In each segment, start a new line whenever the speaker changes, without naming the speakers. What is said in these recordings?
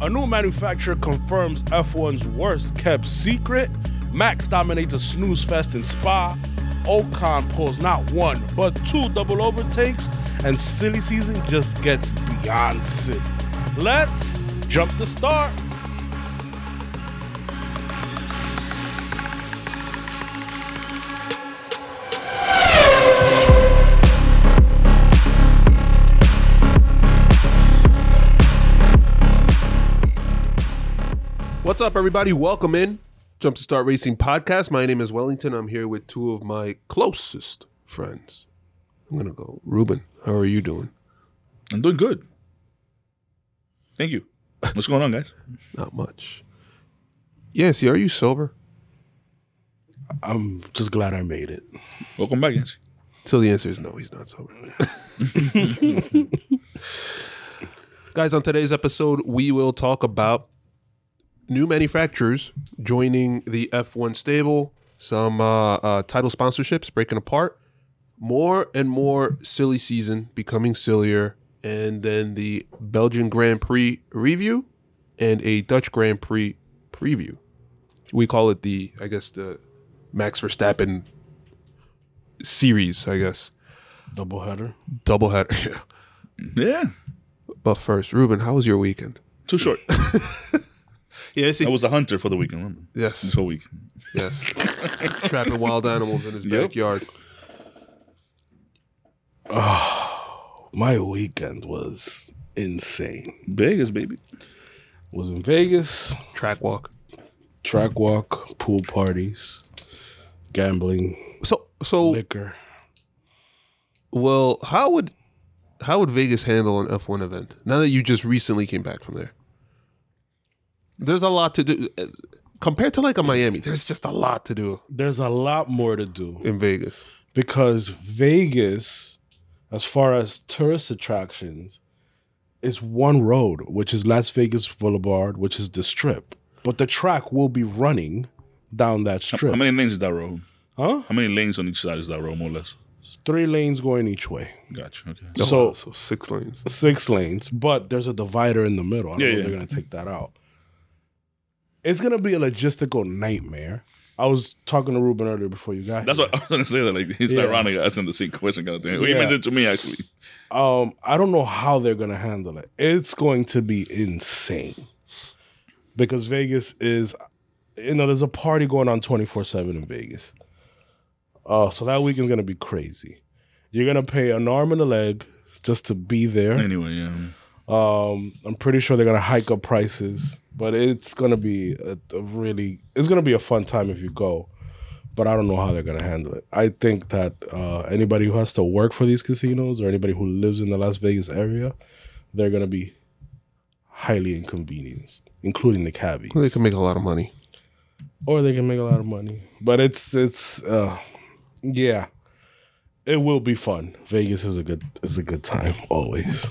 A new manufacturer confirms F1's worst kept secret. Max dominates a snooze fest in Spa. Ocon pulls not one, but two double overtakes. And silly season just gets beyond silly. Let's jump the start.
What's up, everybody? Welcome in Jump to Start Racing podcast. My name is Wellington. I'm here with two of my closest friends. I'm gonna go, Ruben. How are you doing?
I'm doing good. Thank you. What's going on, guys?
Not much. Yes. Are you sober
I'm just glad I made it.
Welcome back, Yancy.
So the answer is no, he's not sober. Guys, on today's episode, we will talk about new manufacturers joining the F1 stable, some uh, uh, title sponsorships breaking apart, more and more silly season becoming sillier, and then the Belgian Grand Prix review and a Dutch Grand Prix preview. We call it the, I guess, the Max Verstappen series, I guess.
Double header.
Double header. Yeah.
Yeah.
But first, Ruben, how was your weekend?
Too short.
Yeah,
I was a hunter for the weekend, remember? This
yes,
whole week.
yes. Trapping wild animals in his
Yep.
backyard.
My weekend was insane.
Vegas, baby.
Was in Vegas,
Track walk.
track walk, pool parties, gambling,
So, so
liquor.
well, how would how would Vegas handle an F one event? Now that you just recently came back from there, there's a lot to do Uh, compared to like a Miami. There's just a lot to do
There's a lot more to do
in Vegas.
because Vegas, as far as tourist attractions, is one road, which is Las Vegas Boulevard, which is the strip. But the track will be running down that
How
strip.
many lanes is that road?
Huh?
How many lanes on each side is that road, more or less?
Three lanes going each way.
Gotcha. Okay.
So
Oh, so six lanes.
six lanes, but there's a divider in the middle. I don't
Yeah,
know if
yeah.
they're gonna take that out. It's gonna be a logistical nightmare. I was talking to Ruben earlier before you got
That's
here.
what I was gonna say. That like it's
Yeah.
ironic. I sent the same question kind of thing. Well, you
Yeah.
mentioned it to me actually.
um, I don't know how they're gonna handle it. It's going to be insane because Vegas is, you know, there's a party going on 24 seven in Vegas. Oh, so that weekend's gonna be crazy. You're gonna pay an arm and a leg just to be there.
Anyway, yeah.
Um, I'm pretty sure they're gonna hike up prices, but it's gonna be a, a really it's gonna be a fun time if you go. But I don't know how they're gonna handle it. I think that uh, anybody who has to work for these casinos or anybody who lives in the Las Vegas area, they're gonna be highly inconvenienced, including the cabbies,
They can make a lot of money.
or they can make a lot of money. But it's it's uh, yeah, it will be fun. Vegas is a good is a good time always.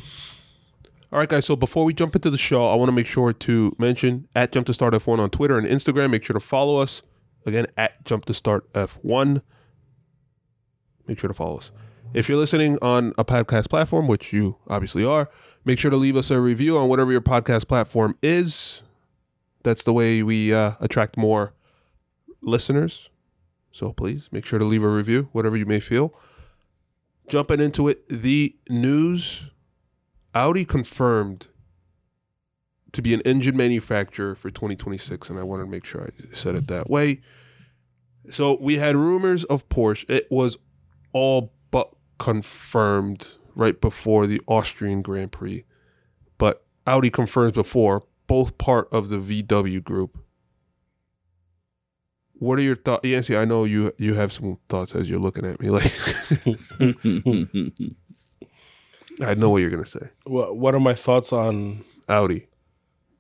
All right, guys. So before we jump into the show, I want to make sure to mention at Jump to Start F1 on Twitter and Instagram. Make sure to follow us again at Jump to Start F1. Make sure to follow us. If you're listening on a podcast platform, which you obviously are, make sure to leave us a review on whatever your podcast platform is. That's the way we uh, attract more listeners. So please make sure to leave a review, whatever you may feel. Jumping into it, the news. Audi confirmed to be an engine manufacturer for 2026, and I wanted to make sure I said it that way. So we had rumors of Porsche. It was all but confirmed right before the Austrian Grand Prix, but Audi confirms before both part of the VW group. What are your thoughts, Yancy? I know you you have some thoughts as you're looking at me. Like I know what you're gonna say.
What what are my thoughts on
Audi.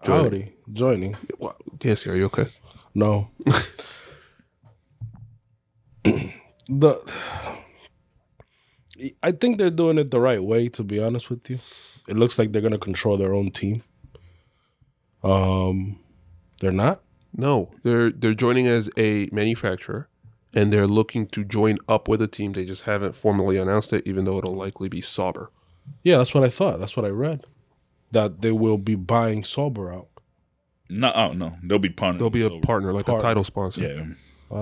Joining.
Joining. Audi joining.
Wow. Yancy, are you okay?
No. the I think they're doing it the right way, to be honest with you. It looks like they're gonna control their own team. Um they're not?
No, they're they're joining as a manufacturer, and they're looking to join up with a team. They just haven't formally announced it, even though it'll likely be Sauber.
Yeah, that's what I thought. That's what I read. That they will be buying Sauber out.
No, oh, no, they'll be partners.
They'll be a
So,
partner, like a title sponsor.
Yeah,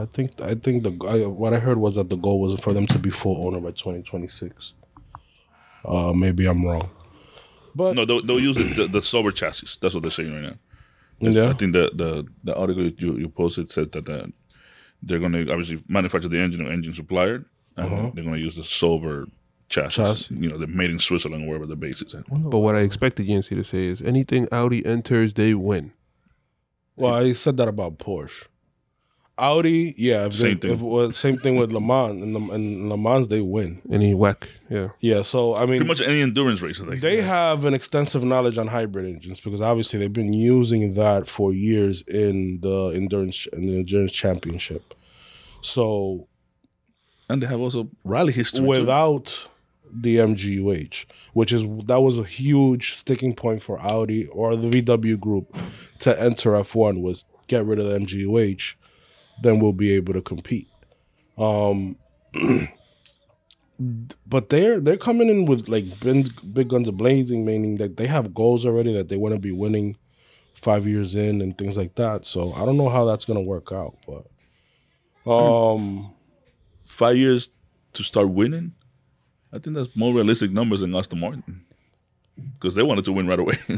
I think I think the I, what I heard was that the goal was for them to be full owner by 2026. Uh, maybe I'm wrong.
no, they'll, they'll use the, the, the sober chassis. That's what they're saying right now.
Yeah,
I think the the, the article you, you posted said that uh, they're going to obviously manufacture the engine or engine supplier, and they're going to use the sober chassis.
Uh-huh. Chassis.
You know, they're made in Switzerland, wherever the base is. At.
But what I expected Yancy to say is anything Audi enters, they win.
well, I said that about Porsche. Audi, yeah, if
Same
they,
thing.
If, well, same thing with Le Mans. In Le, in Le Mans, they win.
Any whack. Yeah.
Yeah, so I mean,
Pretty much any endurance race. I think.
They have an extensive knowledge on hybrid engines because obviously they've been using that for years in the endurance in the endurance championship. So
and they have also rally history. too.
without the MGUH, which is that was a huge sticking point for Audi or the VW group to enter F1 was get rid of the MGUH, then we'll be able to compete. Um, but they're they're coming in with like big, big guns a blazing, meaning that they have goals already that they want to be winning five years in and things like that. So I don't know how that's gonna work out, but um,
five years to start winning, I think that's more realistic numbers than Aston Martin because they wanted to win right away.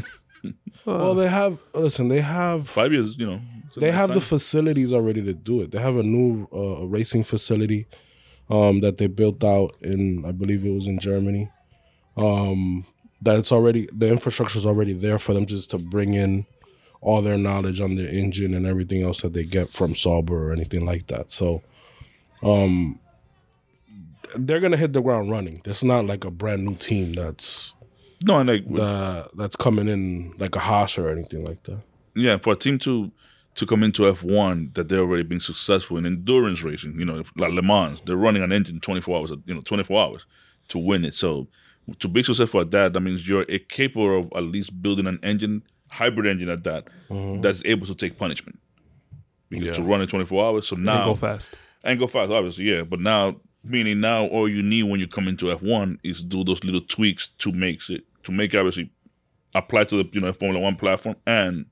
well they have listen they have
five years, you know. it's a
they
nice
have the
time.
facilities already to do it. They have a new uh, racing facility um, that they built out in, I believe it was in Germany. Um, that's already the infrastructure is already there for them just to bring in all their knowledge on their engine and everything else that they get from Sauber or anything like that. So, um, they're gonna hit the ground running. It's not like a brand new team that's
no, and like
that, that's coming in like a Haas or anything like that.
yeah, for a team to to come into F one that they're already being successful in endurance racing, you know, like Le Mans, they're running an engine twenty four hours, you know, twenty four hours to win it. So to be successful at that, that means you're a- capable of at least building an engine, hybrid engine at that, that's able to take punishment. Because to run in twenty four hours, so now
And go fast.
and go fast, obviously, yeah. But now, meaning now, all you need when you come into F one is do those little tweaks to makes it to make it obviously apply to the you know Formula One platform and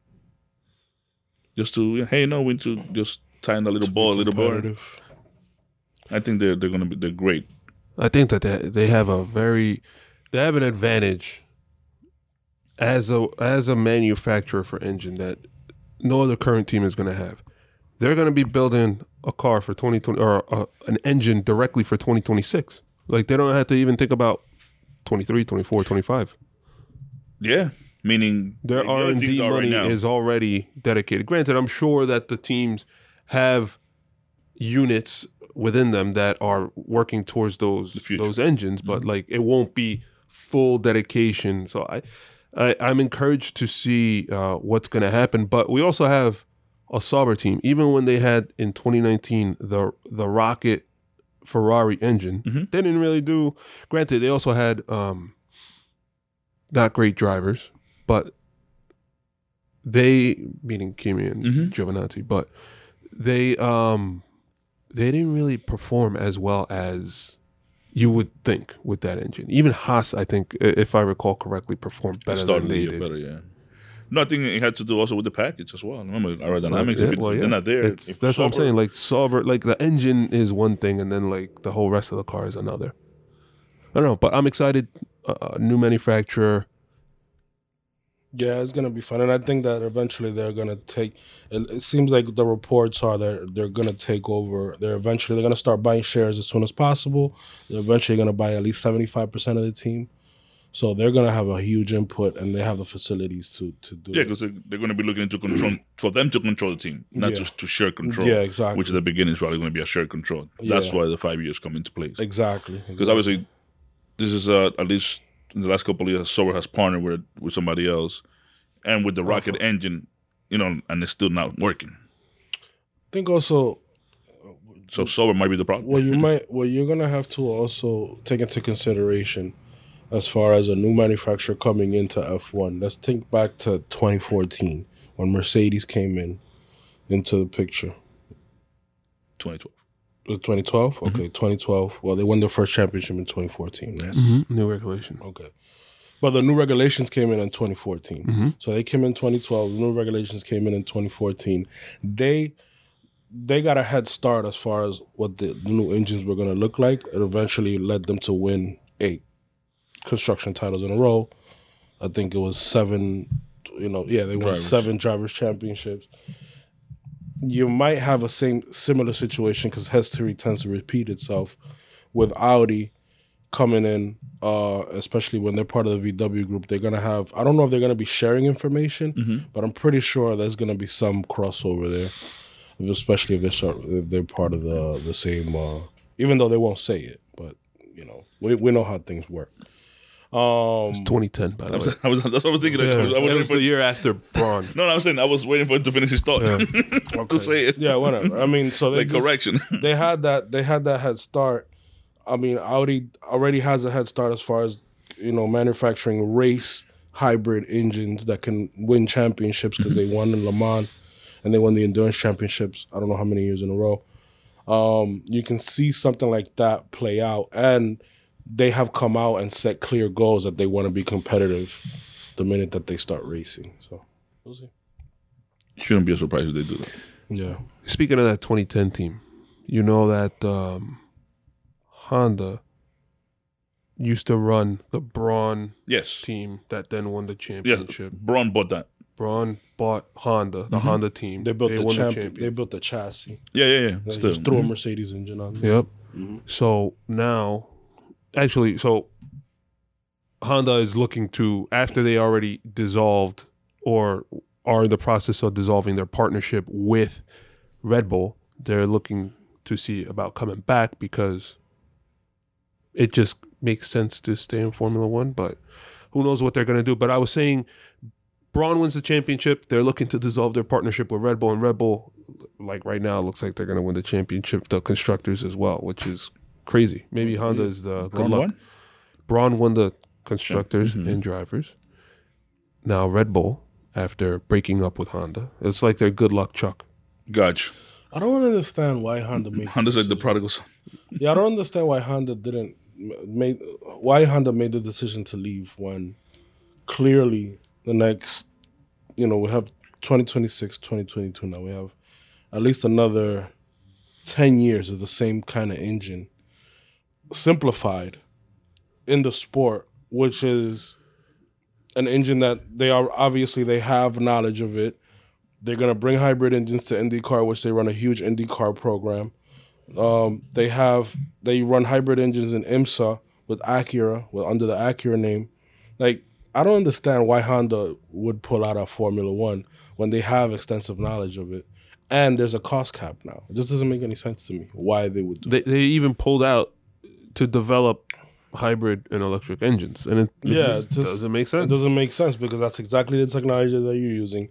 just to hey no we need to just tighten a little ball a little ball. I think they're they're gonna be they're great.
I think that they, they have a very they have an advantage as a as a manufacturer for engine that no other current team is going to have. They're going to be building a car for 2020 or uh, an engine directly for 2026. Like they don't have to even think about 23, 24, 25.
Yeah, meaning
Their
the other
R and D
teams are
money is already dedicated. Granted, I'm sure that the teams have units within them that are working towards those
future. Mm-hmm.
those engines, but like it won't be full dedication. So I, I I'm encouraged to see uh, what's going to happen. But we also have a Sauber team. Even when they had in 2019 the the Rocket Ferrari engine, they didn't really do. Granted, they also had um, not great drivers, but they meaning Kimi and
Mhm.
Giovinazzi, but they um they didn't really perform as well as you would think with that engine. Even Haas, I think, i- if I recall correctly, performed better than
starting the
they
year
did.
better. Yeah. No, I think it had to do also with the package as well. Remember aerodynamics?
Yeah,
if it,
well, yeah.
They're not there.
It's-
if
that's what I'm
Sauber-
saying. Like Sauber, like the engine is one thing, and then like the whole rest of the car is another. I don't know, but I'm excited. Uh, uh, new manufacturer.
Yeah, it's gonna be fun, and I think that eventually they're gonna take. It, it seems like the reports are they're they're gonna take over. They're eventually they're gonna start buying shares as soon as possible. They're eventually gonna buy at least seventy five percent of the team, so they're gonna have a huge input, and they have the facilities to to do.
Yeah,
it.
because they're, they're going to be looking into control for them to control the team, not
Yeah.
just to share control.
Yeah, exactly.
Which at the beginning is probably going to be a shared control. That's
Yeah.
why the five years come into place. Because
exactly.
obviously, this is uh, at least in the last couple of years, Sauber has partnered with with somebody else, and with the rocket engine, you know, and it's still not working.
I think also
So Sauber might be the problem.
well you might well you're gonna have to also take into consideration as far as a new manufacturer coming into F1. Let's think back to 2014 when Mercedes came in into the picture.
2012.
Uh, 2012
Mm-hmm.
Mm-hmm.
okay 2012 well they won their first championship in 2014 yes
New regulation.
okay But the new regulations came in in 2014.
Mm-hmm.
Mm-hmm.
So they came in 2012. The new regulations came in in 2014. They they got a head start as far as what the new engines were going to look like. It eventually led them to win eight construction titles in a row. I think it was seven. You know, yeah, they won
Drivers.
seven drivers championships. You might have a same similar situation because history tends to repeat itself with Audi coming in, uh, especially when they're part of the VW group, they're gonna have. I don't know if they're gonna be sharing information, but I'm pretty sure there's gonna be some crossover there, especially if they're sort if they're part of the the same. Uh, even though they won't say it, but you know, we we know how things work. Um,
2010, by the way.
I was, that's what I was thinking. I was, I was
it
waiting
was
for,
the year after Braun.
no, no, I was saying I was waiting for him to finish his thought to say it.
yeah, whatever. I mean, so they
like
just-
correction.
they had that they had that head start. I mean, Audi already has a head start as far as you know manufacturing race hybrid engines that can win championships because they won in Le Mans and they won the endurance championships. I don't know how many years in a row. Um, you can see something like that play out, and they have come out and set clear goals that they want to be competitive the minute that they start racing. So we'll see.
Shouldn't be a surprise if they do that.
Yeah.
Speaking of that 2010 team, you know that um, Honda used to run the Braun
Yes.
team that then won the
Yes.
championship.
Braun bought that.
Braun bought Honda,
Mm-hmm.
the Honda team.
They built the Mm-hmm.
won
champion. They built the chassis.
Yeah, yeah, yeah.
They
Still.
just threw a Mercedes engine on. there.
Yep. So now, actually, so Honda is looking to after they already dissolved or are in the process of dissolving their partnership with Red Bull. They're looking to see about coming back because it just makes sense to stay in Formula One. But who knows what they're going to do? But I was saying, Braun wins the championship. They're looking to dissolve their partnership with Red Bull, and Red Bull like right now it looks like they're going to win the championship the constructors as well which is crazy maybe honda is the good
Braun
luck.
won? Mm-hmm.
braun won the constructors and drivers now red bull after breaking up with honda it's like their good luck chuck
Gotcha.
I don't understand why Honda made.
Honda's like the prodigal son.
yeah, I don't understand why Honda didn't m- made why Honda made the decision to leave when clearly the next, you know, we have 2026, 2022 now. We have at least another 10 years of the same kind of engine simplified in the sport, which is an engine that they are obviously they have knowledge of it. They're gonna bring hybrid engines to IndyCar, which they run a huge IndyCar program. Um, they have they run hybrid engines in IMSA with Acura, with under the Acura name. Like I don't understand why Honda would pull out of Formula One when they have extensive knowledge of it, and there's a cost cap now. It just doesn't make any sense to me why they would do.
they, they even pulled out to develop hybrid and electric engines and it, it
Yeah,
just
it just-
doesn't make
It
sense
doesn't make sense because that's exactly the technology that you're using.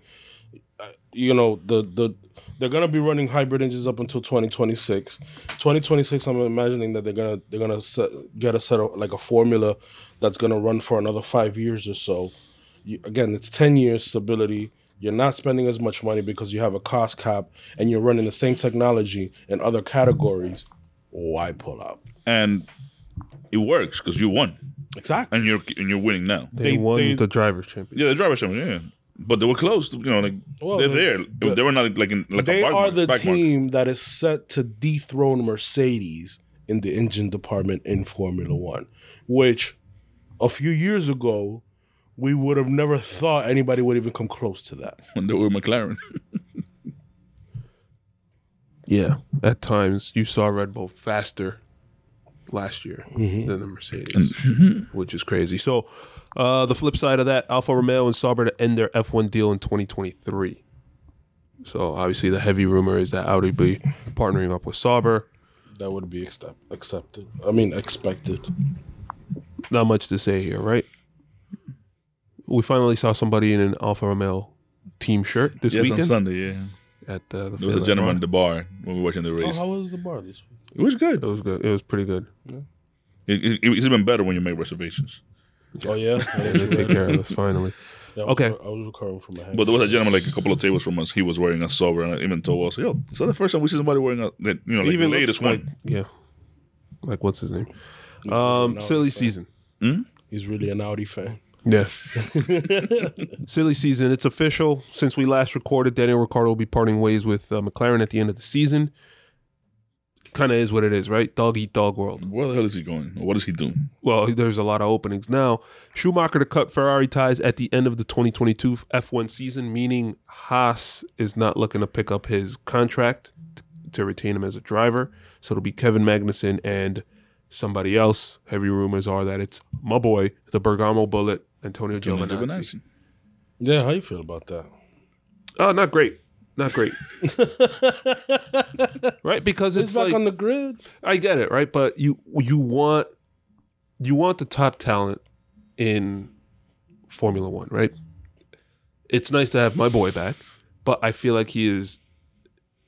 Uh, You know, the the they're gonna be running hybrid engines up until 2026. 2026, I'm imagining that they're gonna they're gonna set, get a set of like a formula that's gonna run for another five years or so. You, again, it's 10 years stability. You're not spending as much money because you have a cost cap and you're running the same technology in other categories. Why pull out?
And it works because you won.
Exactly.
And you're and you're winning now.
they,
they-
won
they-
the drivers championship
Yeah, the driver's champion, yeah. But they were close. To, you know, like
Well,
they're
the-
there.
the-
they were not like in like
they
a back
are
mark-
the
back mark.
team that is set to dethrone Mercedes in the engine department in Formula One, which a few years ago we would have never thought anybody would even come close to that.
when they were McLaren.
yeah at times you saw red bull faster last year than the Mercedes,
Mm-hmm.
which is crazy. So, uh, the flip side of that, Alfa Romeo and Sauber to end their F1 deal in 2023. So, obviously, the heavy rumor is that Audi be partnering up with Sauber.
That would be accept- accepted. I mean, expected.
Not much to say here, right? We finally saw somebody in an Alfa Romeo team shirt this
yes, on
weekend
Sunday, yeah.
at uh, the
There was a
Fairlight
gentleman
Bar.
at the bar when we were watching the race.
was the bar this week?
it was good.
It was good. It was pretty good.
It, it, it's even better when you make reservations.
Oh yeah,
They take care of us finally.
Yeah, I was-
Okay.
I was recovering from my head.
But there was a gentleman like a couple of tables from us. He was wearing a sober, and I even told us, "Yo, is that the first time we see somebody wearing a that you know like
Even
the
look
latest one?"
Yeah, like what's his name? Um, silly season.
He's really an Audi fan.
Yeah. Silly season. It's official. Since we last recorded, Daniel Ricciardo will be parting ways with uh, McLaren at the end of the season. Kind of is what it is, right? Dog eat dog world.
Where the hell is he going? What is he doing?
Well, there's a lot of openings now. Schumacher to cut Ferrari ties at the end of the 2022 F1 season, meaning Haas is not looking to pick up his contract t- to retain him as a driver. So it'll be Kevin Magnussen and somebody else. Heavy rumors are that it's my boy, the Bergamo Bullet, Antonio Giovinazzi.
Giovinazzi.
Yeah, how you feel about that?
Oh, not great. Not great. right? Because it's,
It's back
like
on the grid.
I get it, right? But you you want you want the top talent in Formula 1, right? It's nice to have my boy back, but I feel like he is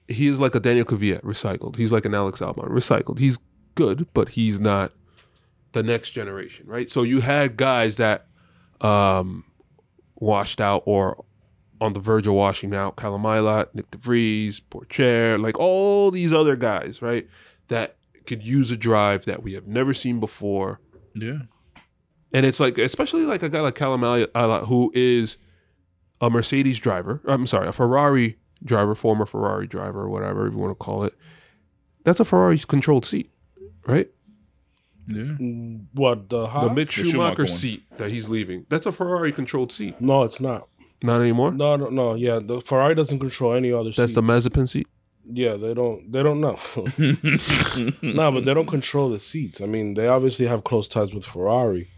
he is like a Daniel Kvyat recycled. He's like an Alex Albon recycled. He's good, but he's not the next generation, right? So you had guys that um washed out or on the verge of washing out Kyle Milot, Nick DeVries, Porcher, like all these other guys, right? That could use a drive that we have never seen before.
Yeah.
And it's like, especially like a guy like Kyle Milot, who is a Mercedes driver. I'm sorry, a Ferrari driver, former Ferrari driver, whatever you want to call it. That's a Ferrari controlled seat, right?
Yeah.
Mm, What the Haas?
The Mick Schumacher,
Schumacher one.
seat that he's leaving. That's a Ferrari controlled seat.
no, it's not.
Not anymore.
No, no, no. Yeah, the Ferrari doesn't control any other.
That's the
seats.
Mazepin seat.
Yeah, they don't. They don't know. no, but they don't control the seats. I mean, they obviously have close ties with Ferrari,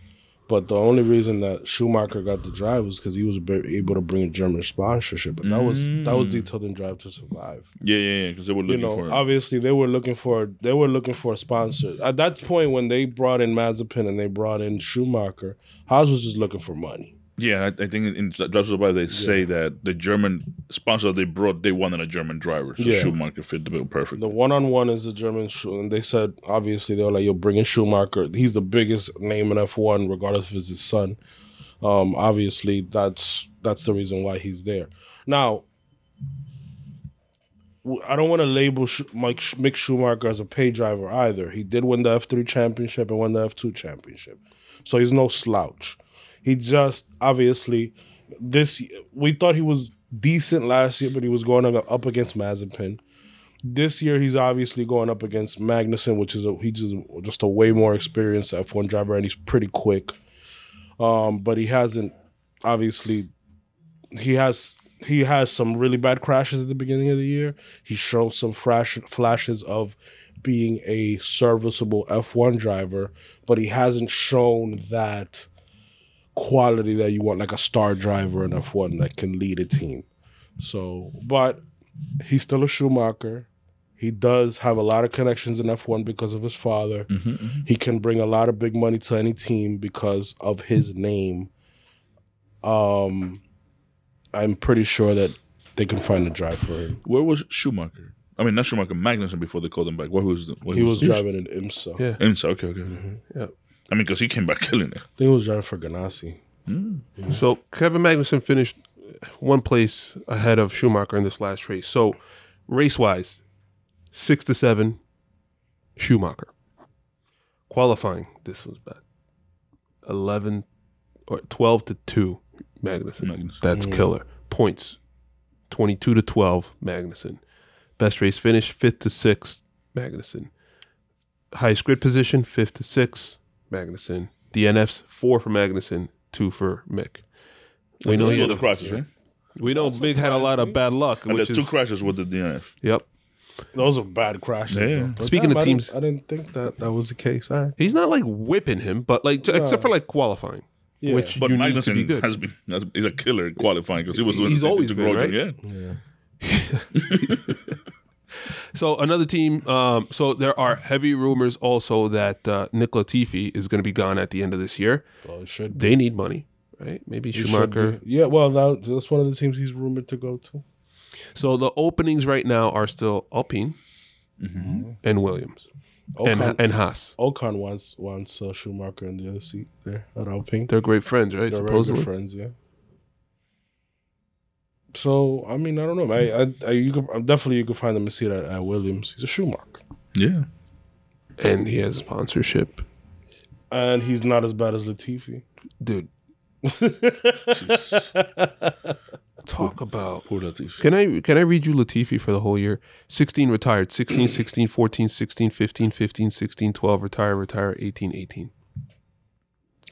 but the only reason that Schumacher got the drive was because he was be- able to bring a German sponsorship, and that was that was detailed in Drive to Survive.
Yeah, yeah, yeah. Because they were
You
looking
know,
for it.
obviously they were looking for they were looking for a sponsor at that point when they brought in Mazepin and they brought in Schumacher. Haas was just looking for money.
Yeah, I, I think in Drive to they say that the German sponsor they brought, they wanted a German driver. So
Yeah.
Schumacher fit the bill perfect.
The one on one is the German, Schu- and they said obviously they were like, "You're bringing Schumacher. He's the biggest name in F1, regardless if it's his son." Um, obviously, that's that's the reason why he's there. Now, w- I don't want to label Sch- Mike Sch- Mick Schumacher as a pay driver either. He did win the F3 championship and won the F2 championship, so he's no slouch. He just obviously this we thought he was decent last year, but he was going up against Mazepin this year he's obviously going up against Magnussen, which is a he's just, just a way more experienced F1 driver, and he's pretty quick. Um, but he hasn't obviously he has he has some really bad crashes at the beginning of the year. He showed some flash, flashes of being a serviceable F1 driver, but he hasn't shown that quality that you want, like a star driver in F1 that can lead a team. So, but he's still a Schumacher. He does have a lot of connections in F1 because of his father.
Mm-hmm,
He can bring a lot of big money to any team because of his name. Um, I'm pretty sure that they can find a drive for him.
Where was Schumacher? I mean, not Schumacher, Magnussen before they called him back. Where was the, where
He was driving an IMSA.
Yeah.
I
IMSA, okay, okay.
Mm-hmm, Yeah.
I mean, because he came back killing it.
think he was driving for Ganassi.
So Kevin Magnussen finished one place ahead of Schumacher in this last race. So race wise, six to seven, Schumacher. Qualifying, this was bad. Eleven or twelve to two, Magnussen.
Magnussen.
That's killer. Points, twenty-two to twelve, Magnussen. Best race finish, fifth to sixth, Magnussen. Highest grid position, fifth to sixth, Magnussen. DNFs, four for Magnussen, two for Mick. We know
Those
he
were
had
the crashes, right?
we know Big had a lot of bad luck.
And
Which
there's
is,
two crashes with the DNF.
yep.
Those are bad crashes.
Yeah.
though. But
Speaking
damn,
of
I didn't-
teams-
I didn't, think that that was the case. All right.
He's not like whipping him, but like j except for like qualifying,
Yeah.
which
But
you need to be
Magnussen
good.
has been has, he's a killer in qualifying because he was doing
He's
the
always
to
been,
Grosjean,
right? So another team. Um, so there are heavy rumors also that uh, Nick Latifi is going to be gone at the end of this year.
Well, it should
They need money, right? Maybe
it should
Schumacher.
be. Yeah, well, that, that's one of the teams he's rumored to go to.
So the openings right now are still Alpine
Mm-hmm.
and Williams and
Ocon,
and Haas.
Ocon wants wants uh, Schumacher in the other seat there at Alpine.
They're great friends, right?
They're very good
Supposedly.
friends, yeah. So I mean, I don't know. I, I, I you could definitely you could find him a seat at, at Williams. He's a Schumacher,
Yeah. Yeah.
and he has sponsorship,
and he's not as bad as Latifi.
dude. Talk about.
Poor Latif.
Can I can I read you Latifi for the whole year? 16 retired, 16, 16, 14, 16, 15, 15, 16, 12, retire, retire, 18, 18.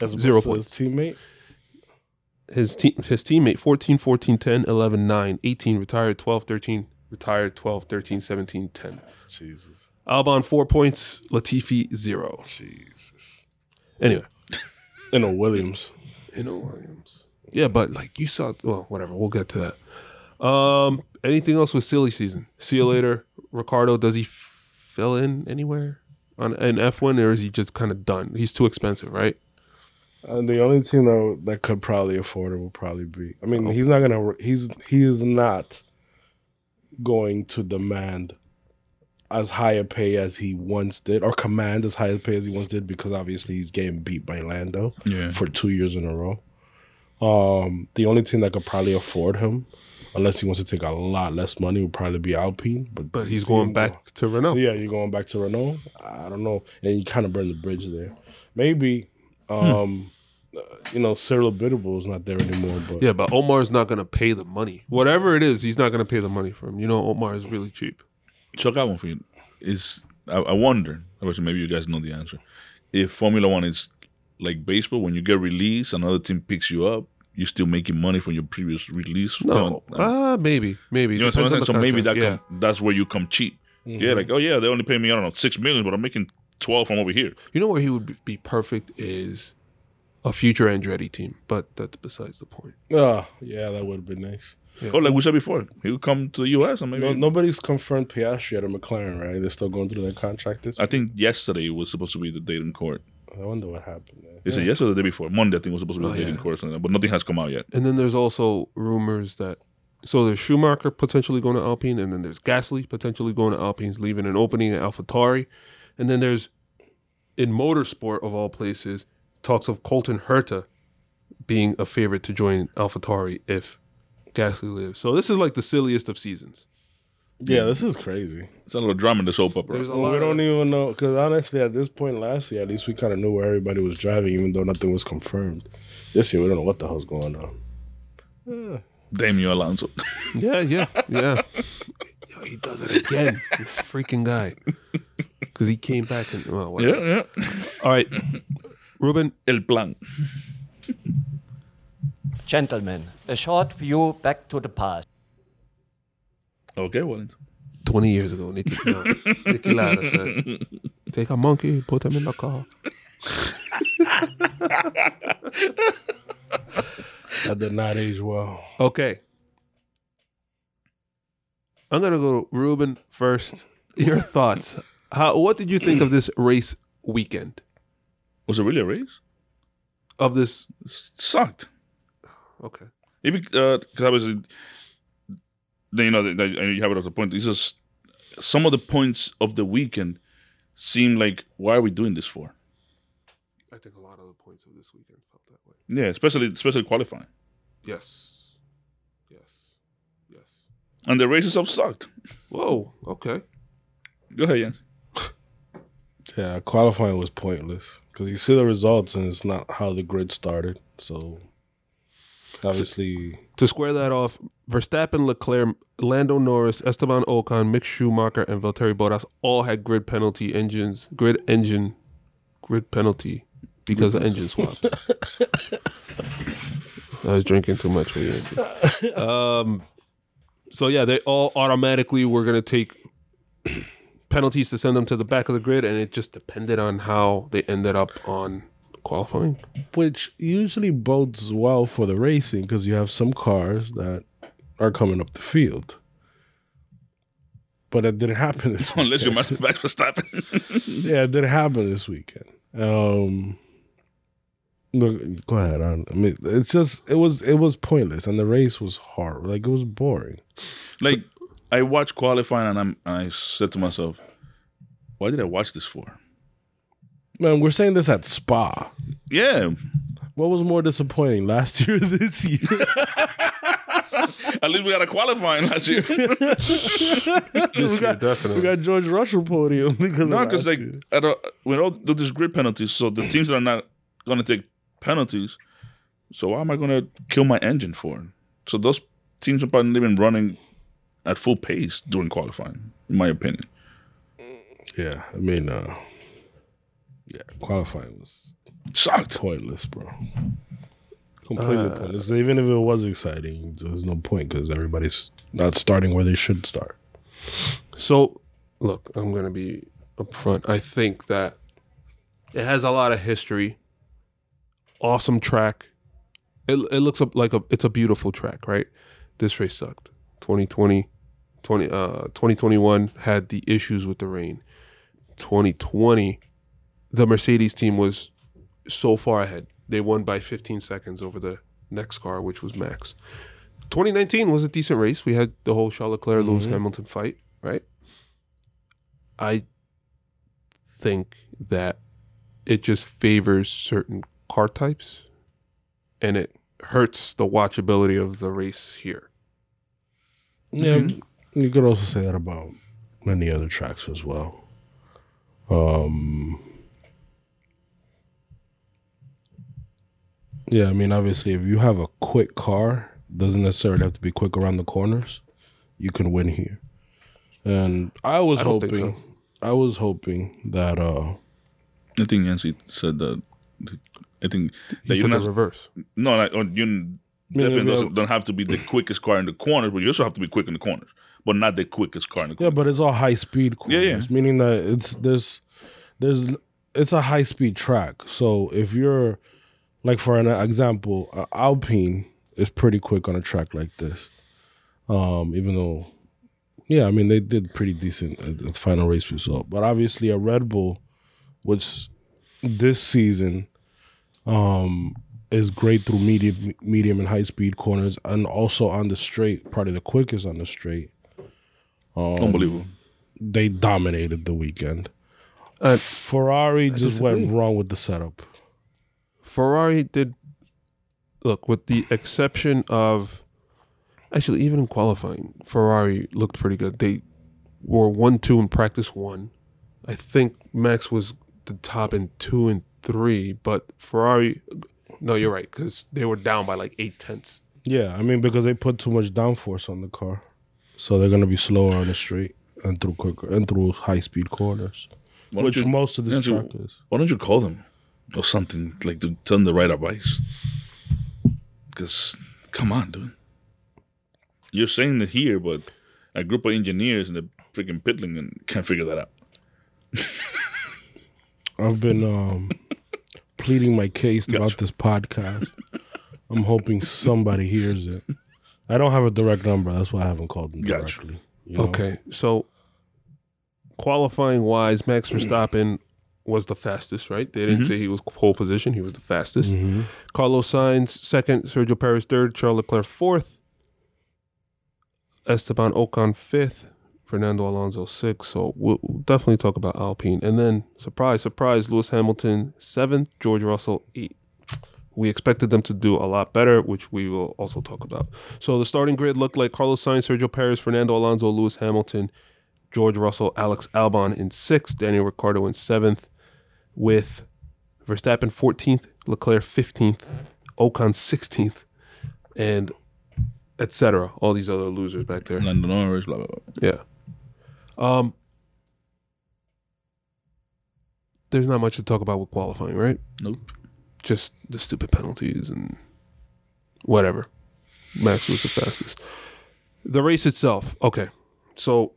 As opposed
Zero
to his teammate.
His team his teammate 14, 14, 10, 11, 9, 18, retired, 12, 13, retired, 12, 13, 17, 10.
Jesus.
Albon 4 points, Latifi 0.
Jesus.
Anyway,
And a Williams.
you know Williams. Yeah, but like you saw well, whatever, we'll get to that. Um anything else with silly season? See you later. Ricardo, does he f- fill in anywhere? On an F1 or is he just kind of done? He's too expensive, right?
And the only team that that could probably afford it will probably be. I mean, he's not gonna. He's he is not going to demand as high a pay as he once did, or command as high a pay as he once did, because obviously he's getting beat by Lando
Yeah.
for two years in a row. Um, the only team that could probably afford him, unless he wants to take a lot less money, would probably be Alpine. But
But he's
see him
going
go-
back to Renault.
yeah, you're going back to Renault. I don't know, and you kind of burn the bridge there. Maybe,
Hmm.
um, uh, you know, Cyril Biddable is not there anymore, but
Yeah, but Omar's not gonna pay the money. Whatever it is, he's not gonna pay the money for him. You know, Omar is really cheap.
So I got one for you. Is I, I wonder, I wish maybe you guys know the answer. If Formula One is like baseball, when you get released, another team picks you up, you're still making money from your previous release.
No,
No, no.
ah, maybe, maybe.
you know what I'm
Depends on
saying?
the
So maybe that
contract. yeah. Mm-hmm.
come, that's where you come cheap.
Mm-hmm.
Yeah, like oh yeah, they only pay me I don't know six million, but I'm making twelve from over here.
You know where he would be perfect is a future Andretti team, but that's besides the point.
Ah, yeah, that would have been nice.
Oh, like we said before, he would come to the U.S. and maybe.
No, nobody's confirmed Piastri at a McLaren, right? They're still going through their contract this.
I think yesterday was supposed to be the date in court.
I wonder what happened there.
They said yesterday, or the day before, Monday. I think was supposed to be the
Oh,
date in
yeah.
court, or something, but nothing has come out yet.
And then there's also rumors that so there's Schumacher potentially going to Alpine, and then there's Gasly potentially going to Alpine's leaving an opening at AlphaTauri, and then there's in motorsport of all places talks of Colton Herta being a favorite to join AlphaTauri if Gasly lives. So this is like the silliest of seasons.
Yeah, this is crazy.
It's a little drama in the soap opera.
There's a lot.
We
of-
don't even know because honestly, at this point last year, at least we kind of knew where everybody was driving, even though nothing was confirmed. This year, we don't know what the hell's going on.
Damn Alonso.
Yeah, yeah, yeah. Yo, he does it again. This freaking guy. Because he came back and well, whatever.
yeah, yeah.
All right, Ruben.
El plan.
Gentlemen, a short view back to the past.
Okay, Wellington.
Twenty years ago, Nicky, no, Nicky Lauda said, "Take a monkey, put him in the car."
That did not age well.
Okay. I'm gonna go to Ruben first. Your thoughts? How? What did you think of this race weekend?
Was it really a race?
Of this?
It sucked.
Okay.
Maybe because obviously, then you know that, that- and you have it as a point. It's just some of the points of the weekend seem like why are we doing this for?
I think a lot of the points of this weekend felt that way.
Yeah, especially especially qualifying.
Yes. Yes. Yes.
And the race itself sucked.
Whoa. Okay.
Go ahead, Jens.
Yeah, qualifying was pointless because you see the results and it's not how the grid started. So obviously,
To square that off, Verstappen, Leclerc, Lando Norris, Esteban Ocon, Mick Schumacher, and Valtteri Bottas all had grid penalty engines, grid engine, grid penalty because of engine swaps. I was drinking too much for you. Um, so yeah, they all automatically were going to take penalties to send them to the back of the grid, and it just depended on how they ended up on qualifying.
which usually bodes well for the racing because you have some cars that are coming up the field. But that didn't happen this weekend.
Unless you're Max Max Verstappen.
yeah, it didn't happen this weekend. Um, look, go ahead. I, I mean, it's just it was it was pointless, and the race was hard. Like it was boring.
like I watched qualifying and I'm and I said to myself, why did I watch this for?
Man, we're saying this at Spa.
Yeah,
What was more disappointing last year, or this year?
at least we got a qualifying last year.
This year, definitely.
We got George Russell podium because
No,
of
because
last
like
year.
at a, with all there's grid penalties, so the teams that are not going to take penalties So why am I going to kill my engine for it? So those teams are probably not even running at full pace during qualifying, in my opinion.
Yeah, I mean, uh, yeah, qualifying was
Sucked.
pointless, bro. Completely
Uh,
pointless. Even if it was exciting, there was no point because everybody's not starting where they should start.
So, look, I'm going to be upfront. I think that it has a lot of history. Awesome track. It, it looks up like a it's a beautiful track, right? This race sucked. 2020 20 uh 2021 had the issues with the rain. 2020 the Mercedes team was so far ahead. They won by 15 seconds over the next car which was Max. 2019 was a decent race. We had the whole Charles Leclerc Lewis Hamilton fight, right? I think that it just favors certain car types and it hurts the watchability of the race here.
Yeah, you could also say that about many other tracks as well. Um, yeah, I mean, obviously, if you have a quick car, doesn't necessarily have to be quick around the corners. You can win here, and I was
I don't think
hoping, I was hoping that uh,
I think Yancy said that. I think
He
that you're
said the
not
reverse.
No, like, oh, you definitely
yeah.
doesn't, don't have to be the quickest car in the corners, but you also have to be quick in the corners, but not the quickest car in the
Yeah,
corners.
but it's all high speed
Yeah,
corners,
yeah.
meaning that it's there's there's it's a high speed track. So if you're like for an example, a Alpine is pretty quick on a track like this. Um, even though, yeah, I mean they did pretty decent at the final race result, but obviously a Red Bull, which this season, um, is great through medium, medium and high speed corners, and also on the straight, probably the quickest on the straight
Unbelievable.
they dominated the weekend.
Uh,
Ferrari just went
disagree.
wrong with the setup.
Ferrari did look with the exception of actually even in qualifying, Ferrari looked pretty good. They were one two in practice one. I think Max was the top in two and three, but Ferrari no, you're right, because they were down by like eight tenths.
Yeah, I mean because they put too much downforce on the car, so they're gonna be slower on the straight and through quicker and through high speed corners,
Why don't
which
you-
most of
why
this
don't you-
track is.
Why don't you call them or something like to tell them to ride our bikes? Because come on, dude. You're saying it here, but a group of engineers in the freaking pit lane and can't figure that out.
I've been um, pleading my case throughout this podcast. I'm hoping somebody hears it. I don't have a direct number, that's why I haven't called them
Gotcha.
directly. you know?
Okay, so qualifying wise, Max
Mm.
Verstappen was the fastest, right? They
Mm-hmm.
didn't say he was pole position; he was the fastest. Carlos Sainz second, Sergio Perez third, Charles Leclerc fourth, Esteban Ocon fifth, Fernando Alonso sixth. So we'll, we'll definitely talk about Alpine, and then surprise, surprise, Lewis Hamilton seventh, George Russell eighth. We expected them to do a lot better, which we will also talk about. So the starting grid looked like Carlos Sainz, Sergio Perez, Fernando Alonso, Lewis Hamilton, George Russell, Alex Albon in sixth, Daniel Ricciardo in seventh, with Verstappen 14th, Leclerc 15th, Ocon 16th, and etc. All these other losers back there.
Lando Norris, blah, blah, blah.
Yeah. Um. There's not much to talk about with qualifying, right?
Nope.
just the stupid penalties and whatever. Max was the fastest. The race itself, okay. So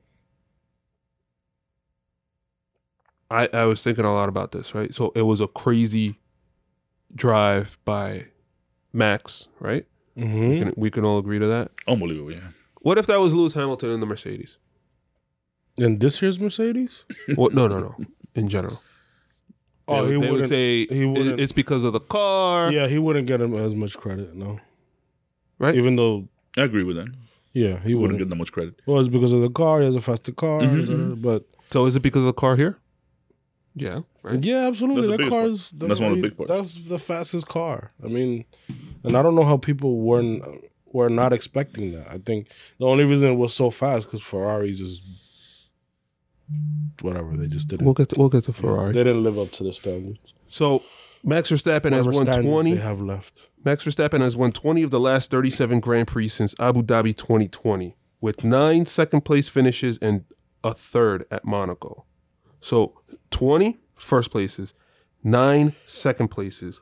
I I was thinking a lot about this, right? So it was a crazy drive by Max, right?
Mhm.
Can, we can all agree to that.
Unbelievable, yeah.
What if that was Lewis Hamilton in the Mercedes?
And this year's Mercedes?
What? No, no, no. In general,
Oh,
they,
he
would- they would
wouldn't.
say
he wouldn't-
it's because of the car.
yeah, he wouldn't get him as much credit. No,
Right.
Even though,
I agree with that.
yeah, he
You
wouldn't
wouldn't get that much credit.
Well, it's because of the car. He has a faster car.
Mm-hmm,
But
So is it because of the car here? Yeah. Right.
yeah, absolutely.
That's the
that
biggest
car
part.
is
That's one of the big parts.
That's the fastest car. I mean, and I don't know how people weren't were not expecting that. I think the only reason it was so fast because Ferrari just whatever they just didn't
We'll get to, we'll get to Ferrari.
they didn't live up to the standards.
So Max Verstappen has
Whatever standards
120.
they have left.
Max Verstappen has won 20 of the last 37 Grand Prix since Abu Dhabi 2020, with nine second place finishes and a third at Monaco. So 20 first places, nine second places,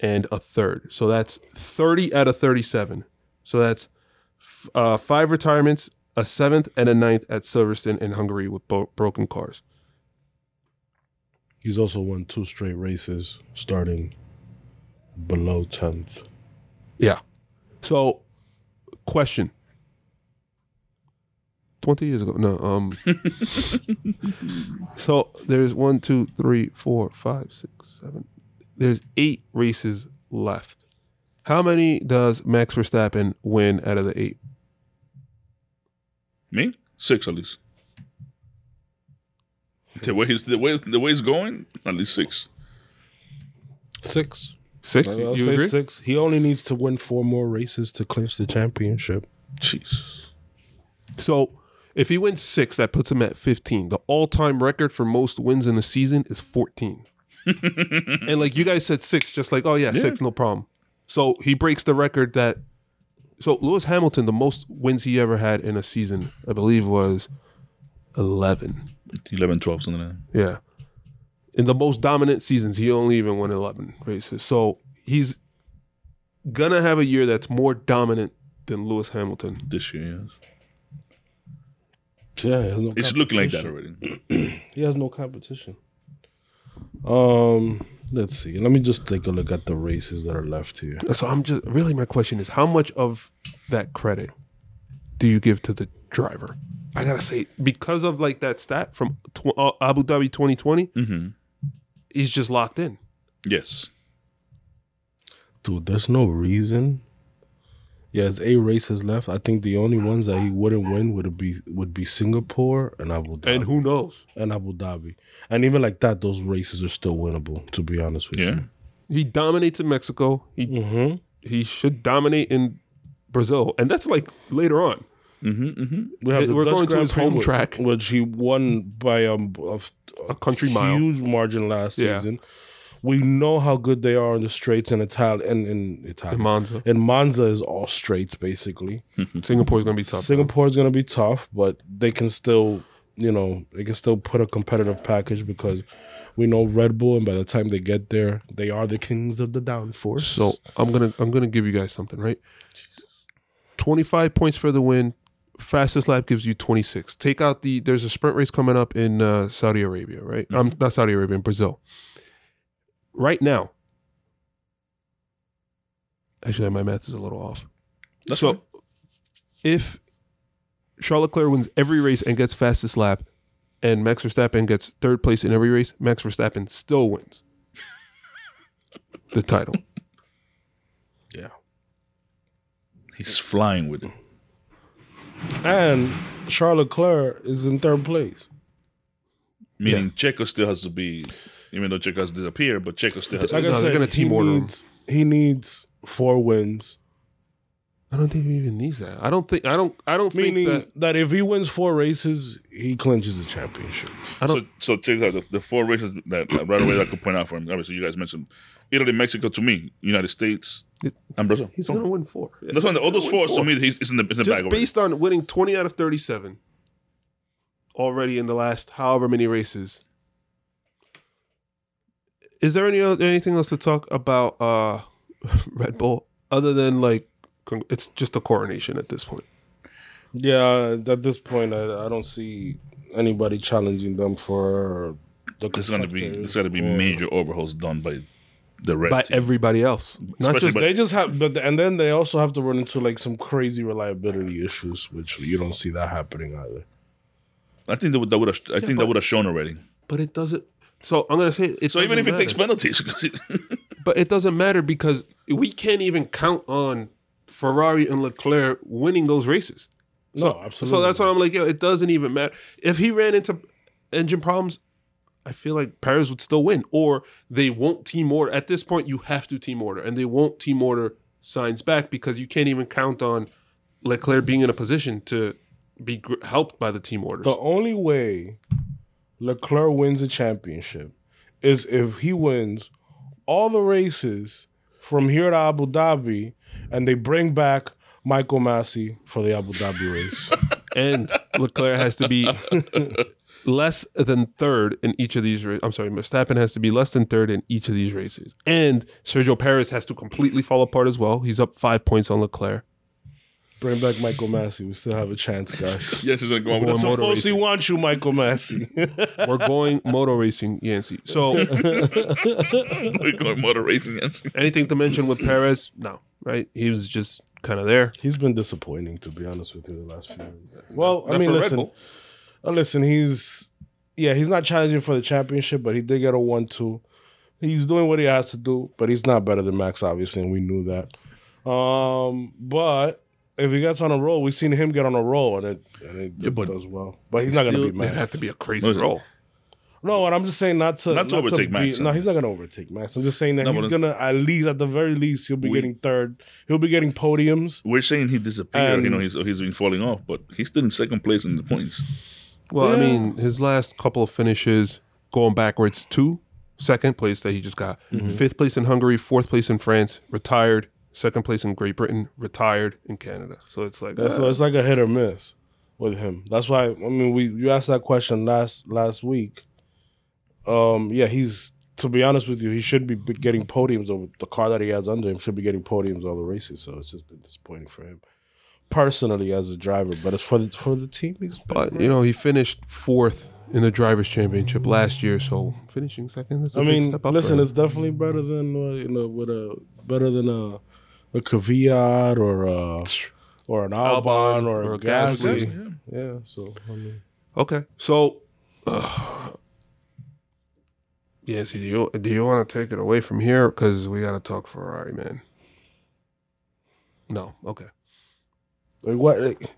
and a third. So that's 30 out of 37. So that's f- uh, five retirements, a seventh, and a ninth at Silverstone in Hungary with bo- broken cars.
He's also won two straight races starting below 10th.
Yeah. So, question. 20 years ago. No, um So there's one, two, three, four, five, six, seven. There's eight races left. How many does Max Verstappen win out of the eight?
Me? Six at least. The way he's the way the way he's going, at least six.
Six.
Six?
I'll
you
say
agree?
six. He only needs to win four more races to clinch the championship.
Jeez.
So if he wins six, that puts him at 15. The all time record for most wins in a season is 14. and like you guys said, six, just like, oh, yeah, six, no problem. So he breaks the record that. So Lewis Hamilton, the most wins he ever had in a season, I believe, was 11.
11, 12, something like that.
Yeah. In the most dominant seasons, he only even won 11 races. So he's going to have a year that's more dominant than Lewis Hamilton.
This year, yes.
Yeah, he has no
It's looking like that already.
He has no competition. Um, let's see. Let me just take a look at the races that are left here.
So I'm just really my question is how much of that credit do you give to the driver? I gotta say because of like that stat from tw- uh, Abu Dhabi 2020,
Mm-hmm.
he's just locked in.
Yes.
Dude, there's no reason. Yeah, it's eight races left. I think the only ones that he wouldn't win would be would be Singapore and Abu Dhabi.
And who knows?
and Abu Dhabi. And even like that, those races are still winnable, to be honest with
Yeah.
you.
He dominates in Mexico. He
Mm-hmm.
he should dominate in Brazil, and that's like later on.
We have
Yeah,
the
we're
Dutch
going to
Grand
his
Prix,
home
which-
track.
which he won by um, a, f-
A country mile.
huge margin last
Yeah.
season. We know how good they are on the straights in Italy and in Italy.
In Monza,
and Monza is all straights basically.
Singapore's gonna be tough.
Singapore is going to be tough, but they can still, you know, they can still put a competitive package because we know Red Bull, and by the time they get there, they are the kings of the downforce.
So I'm gonna I'm gonna give you guys something, right? Twenty five points for the win. Fastest lap gives you twenty six. Take out the there's a sprint race coming up in uh, Saudi Arabia, right? I'm
Mm-hmm.
not Saudi Arabia, in Brazil. Right now, actually, my math is a little off.
That's
so
fine.
if Charles Leclerc wins every race and gets fastest lap, and Max Verstappen gets third place in every race, Max Verstappen still wins the title.
He's flying with it.
and Charles Leclerc is in third place.
Meaning Checo still has to be, even though Checo has disappeared, but Checo still has to
Like
No,
I said,
they're gonna team
he
order him.
needs he needs four wins.
I don't think he even needs that. I don't think I don't I don't
Meaning
think
that, if he wins four races, he clinches the championship.
I
So,
don't-
so check this out the, the four races that that right away I could point out for him. Obviously, you guys mentioned Italy, Mexico. To me, United States
that
and Brazil.
he's gonna win four.
That's one. All those four to me, he's it's in the, it's in the bag.
Just
already.
based on winning twenty out of thirty seven already in the last however many races. Is there any oth- anything else to talk about uh Red Bull other than like con- it's just a coronation at this point?
Yeah, at this point, I, I don't see anybody challenging them for the.
There's gonna be
constructors
there's gotta be
or-
major overhauls done by the red
By
team.
everybody else. Not
Especially
just
by-
They just have, but and then they also have to run into like some crazy reliability issues, which you don't see that happening either.
I think that would that would have, I think that
but-
would have shown already.
but it doesn't so I'm gonna say it
So even
doesn't
if it takes
matter.
penalties, 'cause it-
But it doesn't matter because we can't even count on Ferrari and Leclerc winning those races.
No, absolutely.
So that's
not.
why I'm like, yo, it doesn't even matter. If he ran into engine problems, I feel like Paris would still win, or they won't team order. At this point, you have to team order, and they won't team order signs back because you can't even count on Leclerc being in a position to be gr- helped by the team orders.
The only way Leclerc wins a championship is if he wins all the races from here to Abu Dhabi, and they bring back Michael Massey for the Abu Dhabi race.
And Leclerc has to be less than third in each of these races. I'm sorry, Verstappen has to be less than third in each of these races. And Sergio Perez has to completely fall apart as well. He's up five points on Leclerc.
bring back Michael Massey. We still have a chance, guys.
Yes, he's gonna go on
Going
with
motor
the
Fosse
racing.
wants you, Michael Massey.
We're going moto racing, Yancy. So
We're going motor racing. Yes.
anything to mention with Perez? No, right? He was just kind of there.
He's been disappointing, to be honest with you, the last few years. Well, I
Not
mean,
for Red
listen,
Bull.
uh, listen, he's yeah, he's not challenging for the championship, but he did get a one-two. He's doing what he has to do, but he's not better than Max, obviously, and we knew that. Um, but if he gets on a roll, we've seen him get on a roll, and it, and it,
but-
does well. But he's not going to
still-
be
It'd
Max.
have to be a crazy
No,
role.
No, and I'm just saying not to
Not to overtake Max,
be-
huh?
no, he's not gonna overtake Max. I'm just saying that
No,
he's
but-
gonna at least at the very least he'll be
We-
getting third. He'll be getting podiums.
We're saying he disappeared. you
And-
know, he's he's been falling off, but he's still in second place in the points.
Well, I mean, his last couple of finishes going backwards to second place that he just got,
Mm-hmm.
fifth place in Hungary, fourth place in France, retired, second place in Great Britain, retired in Canada. So it's like,
That's,
uh,
so it's like a hit or miss with him. That's why I mean we you asked that question last last week. Um, yeah, he's to be honest with you, he should be b- getting podiums over the car that he has under him should be getting podiums all the races. So it's just been disappointing for him personally as a driver. But it's for the for the team. He's been
but you know, he finished fourth in the Drivers' Championship last year. So finishing second is a
I
big
mean,
step up.
listen,
for
it's
him.
definitely better than uh, you know, with a better than a a Kvyat or a, or an Albon,
Albon
or,
or
a
a
Gasly.
Gasly.
Yeah, so I mean,
okay. So, uh, yes, do you, do you want to take it away from here? Because we got to talk Ferrari, man. No, okay.
like what? like,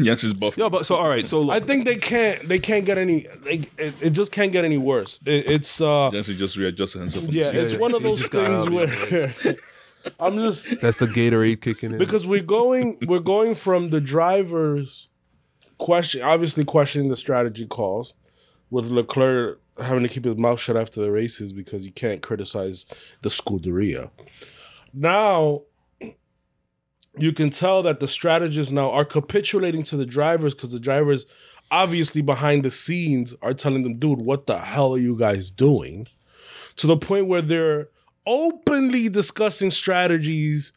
yes, he's buffing.
No, but so all right. So
I think they can't. They can't get any. Like it, it just can't get any worse. It, it's uh, yeah,
Yes, he just readjusted himself. on the seat.
it's one of
he
those
just got out
things
of
where I'm just
That's the Gatorade kicking in.
because we're going we're going from the drivers question obviously questioning the strategy calls with Leclerc having to keep his mouth shut after the races because you can't criticize the scuderia. Now you can tell that the strategists now are capitulating to the drivers because the drivers obviously behind the scenes are telling them, dude, what the hell are you guys doing? To the point where they're openly discussing strategies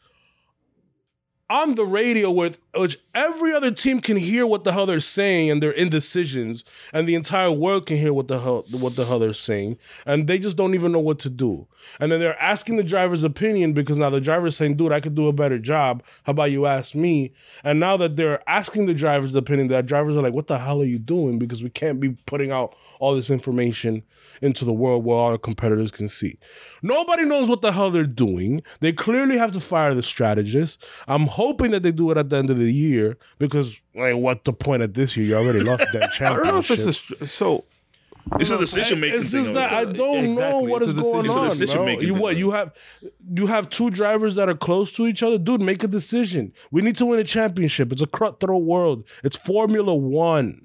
on the radio with which every other team can hear what the hell they're saying and their indecisions and the entire world can hear what the hell what the hell they're saying and they just don't even know what to do and then they're asking the driver's opinion because now the driver's saying dude i could do a better job how about you ask me and now that they're asking the driver's opinion that drivers are like what the hell are you doing because we can't be putting out all this information into the world where all our competitors can see Nobody knows what the hell they're doing. They clearly have to fire the strategist. I'm hoping that they do it at the end of the year because, like, what the point of this year? You already lost that
I don't know if
championship.
it's a, str- so.
It's a decision making.
It's just
thing.
that I
also.
don't know
Exactly.
what
It's
is
a
going
decision-
on,
uh, it's a
bro.
decision-making
You
thing.
what you have you have two drivers that are close to each other, dude. Make a decision. We need to win a championship. It's a cutthroat world. It's Formula One.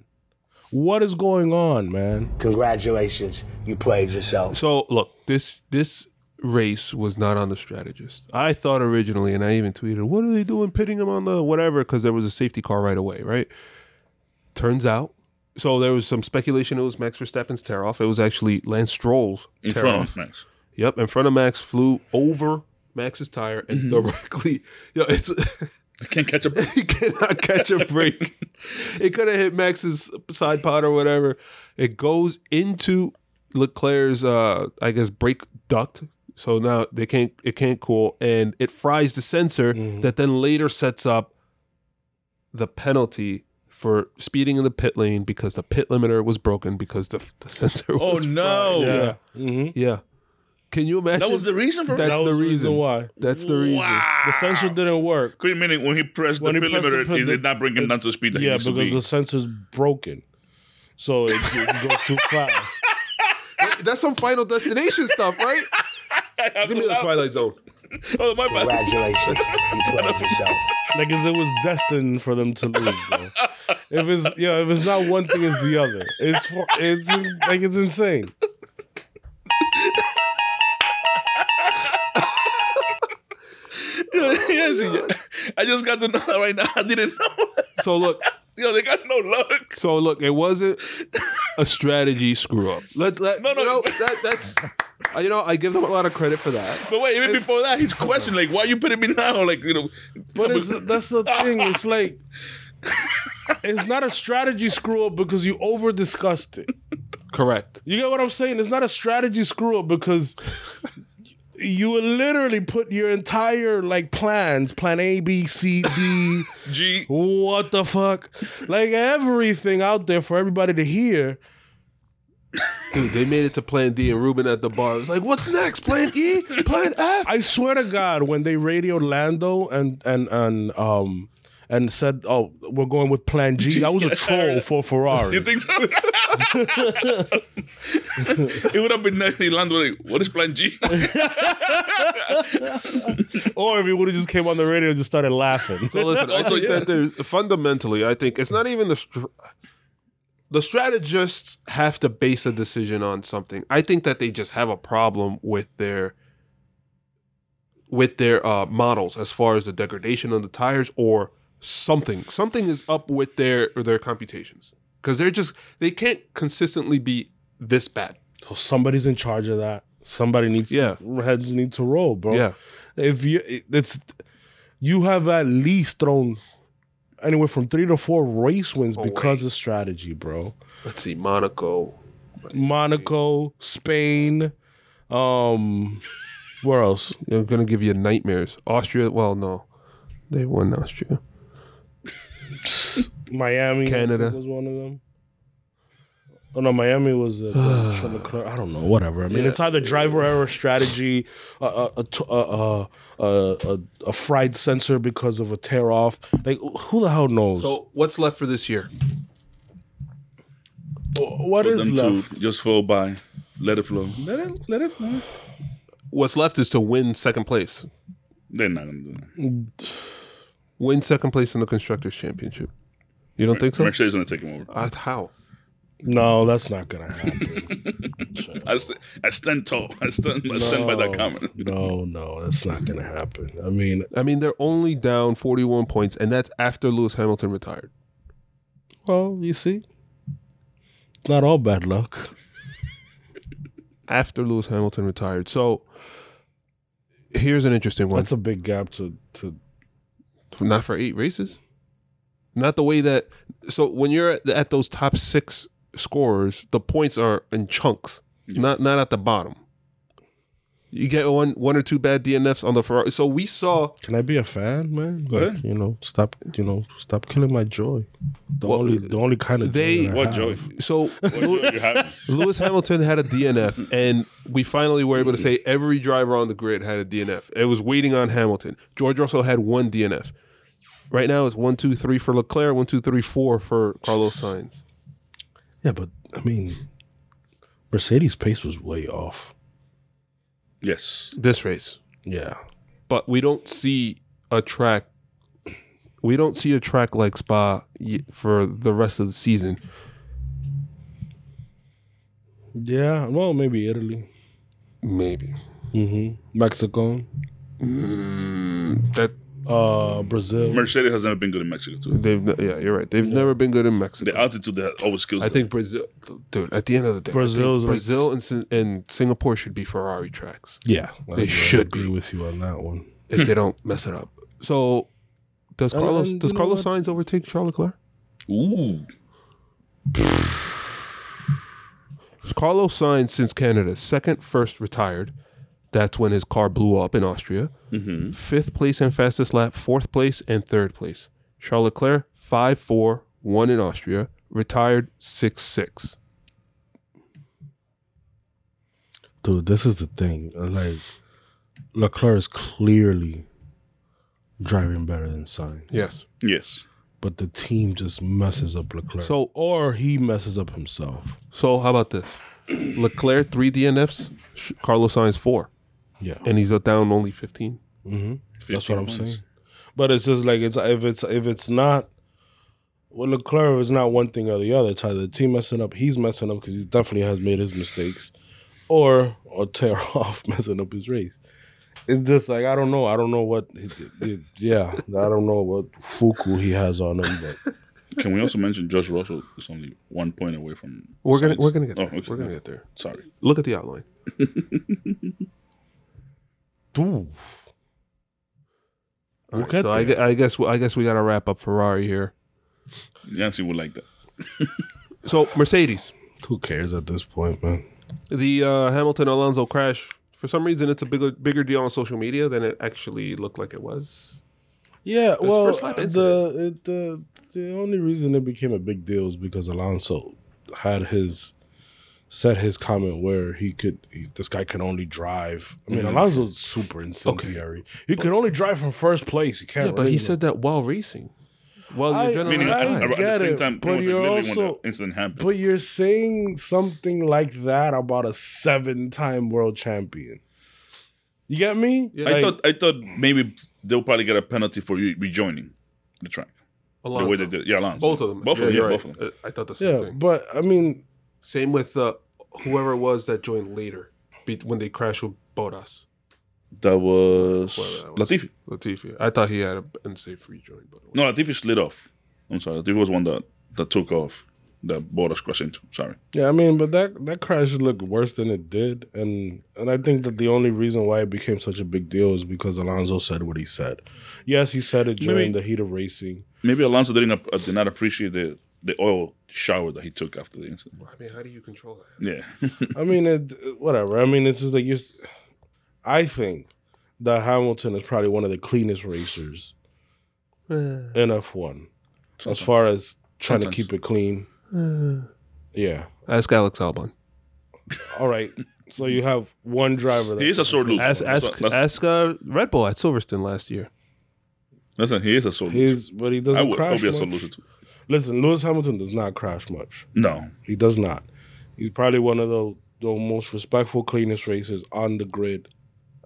What is going on, man?
Congratulations, you played yourself.
So look, this this race was not on the strategist. I thought originally, and I even tweeted, "What are they doing, pitting him on the whatever?" Because there was a safety car right away, right? Turns out, so there was some speculation it was Max Verstappen's tear off. It was actually Lance Stroll's
in
tear
front
off.
of Max.
Yep, in front of Max, flew over Max's tire and
Mm-hmm.
directly. Yo, it's.
I can't catch up.
he cannot catch a break. it could have hit Max's side pod or whatever. It goes into Leclerc's, uh, I guess, brake duct. So now they can't. It can't cool, and it fries the sensor
Mm-hmm.
that then later sets up the penalty for speeding in the pit lane because the pit limiter was broken because the, the sensor.
Oh
Was,
no!
Yeah.
Mm-hmm.
yeah. Can you imagine?
That was the reason for it?
That's
That was
the
the
reason.
reason why.
That's the reason.
Wow.
The sensor didn't work.
Wait a minute. When he pressed
When
the
he pressed the
millimeter,
pin-
it did not bring him down to the speed that
Yeah,
he needs to
because
be.
the sensor's broken. So it, it goes too fast.
That's some Final Destination stuff, right? Give me the Twilight Zone.
oh my bad.
Congratulations, you played yourself.
Like as it was destined for them to lose, bro. If it's yeah, if it's not one thing, it's the other. It's for, it's like it's insane.
yes, yeah. I just got to know that right now. I didn't know.
So look,
Yo, they got no luck.
so look, it wasn't a strategy screw up. Let, let,
No, no.
you know, that, that's uh, you know, I give them a lot of credit for that.
But wait, even before that, he's questioning like, "Why you putting me now?" Like, you know,
But it's, that's the thing. It's like it's not a strategy screw up because you over discussed it.
Correct.
You get what I'm saying? It's not a strategy screw up because you would literally put your entire like plans, plan A, B, C, D,
G.
what the fuck, like everything out there for everybody to hear.
Dude, they made it to Plan D and Ruben at the bar was like, "What's next? Plan E? Plan F?"
I swear to God, when they radioed Lando and and and um and said, "Oh, we're going with Plan G," that was a troll for Ferrari.
You think so? it would have been nice if Lando like, "What is Plan G?"
Or if he would have just came on the radio and just started laughing.
So listen, I think that there's fundamentally, I think it's not even the str- the strategists have to base a decision on something. I think that they just have a problem with their with their uh, models as far as the degradation of the tires or something. Something is up with their their computations because they're just they can't consistently be this bad.
So somebody's in charge of that. Somebody needs
Yeah.
to, heads need to roll, bro.
Yeah.
If you it's you have at least thrown anywhere from three to four race wins because of strategy, bro.
Let's see, Monaco.
Monaco, Spain, um where else?
They're gonna give you nightmares. Austria. Well, no, they won Austria.
Miami I
Canada.
think, was one of them. Oh no, Miami was a, I don't know, whatever. I mean, it's either driver error strategy, a a a, t- a, a, a, a, a fried sensor because of a tear off. Like who the hell knows?
So what's left for this year?
what is left?
to just flow by, let it flow.
Let it let it.
What's left is to win second place.
They're not gonna do that.
Win second place in the constructors championship. You don't think so?
Mercedes gonna take him over.
Uh, how?
No, that's not gonna happen.
I, st- I stand tall. I stand. I stand by that comment.
no, no, that's not gonna happen. I mean,
I mean, they're only down 41 points, and that's after Lewis Hamilton retired.
well, you see, it's not all bad luck.
After Lewis Hamilton retired. So here's an interesting one.
That's a big gap to to.
Not for eight races. Not the way that. So when you're at, at those top six scorers, the points are in chunks, not not at the bottom. You get one one or two bad DNFs on the Ferrari. So we saw
Can I be a fan, man?
Go ahead.
Like, you know, stop. You know, stop killing my joy. The
What-
only, the only kind of
they-
joy that I
What
have.
joy?
so
What joy you having?
Lewis Hamilton had a DNF, and we finally were able to say every driver on the grid had a DNF. It was waiting on Hamilton. George Russell had one DNF. Right now, it's one, two, three for Leclerc, one, two, three, four for Carlos Sainz.
Yeah, but I mean, Mercedes' pace was way off.
Yes.
This race,
Yeah,
but we don't see a track. We don't see a track like Spa y- for the rest of the season.
yeah. Well, maybe Italy,
Maybe
Mm-hmm. Mexico,
that
uh, Brazil.
Mercedes has never been good in Mexico too.
they've n- yeah, you're right. They've never been good in Mexico.
The altitude that always kills.
I think Brazil, dude. At the end of the day, I think
Brazil's like-
Brazil and Sin- and Singapore should be Ferrari tracks
yeah, I
They should
agree
be.
with you on that one.
if they don't mess it up. So, does Carlos
and
does
you know
Carlos Sainz overtake Charles Leclerc?
Ooh.
Carlos Sainz since Canada second, first retired. That's when his car blew up in Austria. Fifth place in fastest lap, fourth place and third place. Charles Leclerc five four one in Austria, retired six six.
Dude, this is the thing. Like, Leclerc is clearly driving better than Sainz,
Yes.
Yes.
but the team just messes up Leclerc.
So-
or he messes up himself.
So how about this? Leclerc three DNFs, Sh- Carlos Sainz four.
Yeah.
and he's down only 15.
That's what I'm
15 points.
saying. But it's just like it's if it's if it's not well Leclerc is not one thing or the other. It's either the team messing up, he's messing up because he definitely has made his mistakes, or or tear off messing up his race. it's just like I don't know. I don't know what. he- he- yeah, I don't know what fuku he has on him. But
Can we also mention Josh Russell is only one point away from?
We're gonna
Saints?
we're gonna get
Oh,
there.
okay.
we're gonna get there.
Sorry.
Look at the outline.
Ooh.
All right,
get
so I, gue- I guess I guess we gotta wrap up Ferrari here.
Yancy would like that.
So Mercedes,
who cares at this point, man?
the uh, Hamilton Alonso crash. For some reason, it's a bigger bigger deal on social media than it actually looked like it was.
Yeah,
was
well,
first lap incident.
the, it, the the only reason it became a big deal is because Alonso had his said his comment where he could he, this guy can only drive. I mean,
Mm-hmm.
Alonso's super incendiary. He could only drive from first place. He can't.
Yeah, but he
race.
said that while racing. Well,
I-
the adrenaline
Meaning,
was
I
high.
at the
get
same
it,
time,
but
pretty much
you're
literally when
also-
the incident happened.
But you're saying something like that about a seven-time world champion. You get me?
Yeah.
I
Like,
thought I thought maybe they'll probably get a penalty for re- rejoining the track. The way
Alonso.
they did, it. yeah, Alonso.
both of them.
both of them, yeah,
you're
both of
right.
them.
Uh, I thought the same
yeah,
thing.
but I mean,
Same with uh, whoever it was that joined later be- when they crashed with Bodas
That was
Whoever that was.
Latifi.
Latifi. I thought he had an unsafe rejoin, but
No, Latifi slid off. I'm sorry, Latifi was one that that took off. That Bottas crashed into. Sorry.
Yeah, I mean, but that that crash looked worse than it did, and and I think that the only reason why it became such a big deal is because Alonso said what he said. Yes, he said it during
Maybe-
the heat of racing.
Maybe Alonso didn't ap- uh, did not appreciate the the oil shower that he took after the incident.
I mean, how do you control that?
Yeah,
I mean, it whatever. I mean, it's just like you. I think that Hamilton is probably one of the cleanest racers in F one, as far as trying
Sometimes.
to keep it clean. yeah.
Ask Alex Albon.
All right. So you have one driver.
he is a sore loser.
Ask
That's-
ask
that's-
ask uh, Red Bull at Silverstone last year.
listen, he is a sore loser.
He's, but he
I
doesn't
would I'll
crash
be a sore
much.
loser too.
Listen, Lewis Hamilton does not crash much.
No,
He does not. He's probably one of the, the most respectful, cleanest racers on the grid.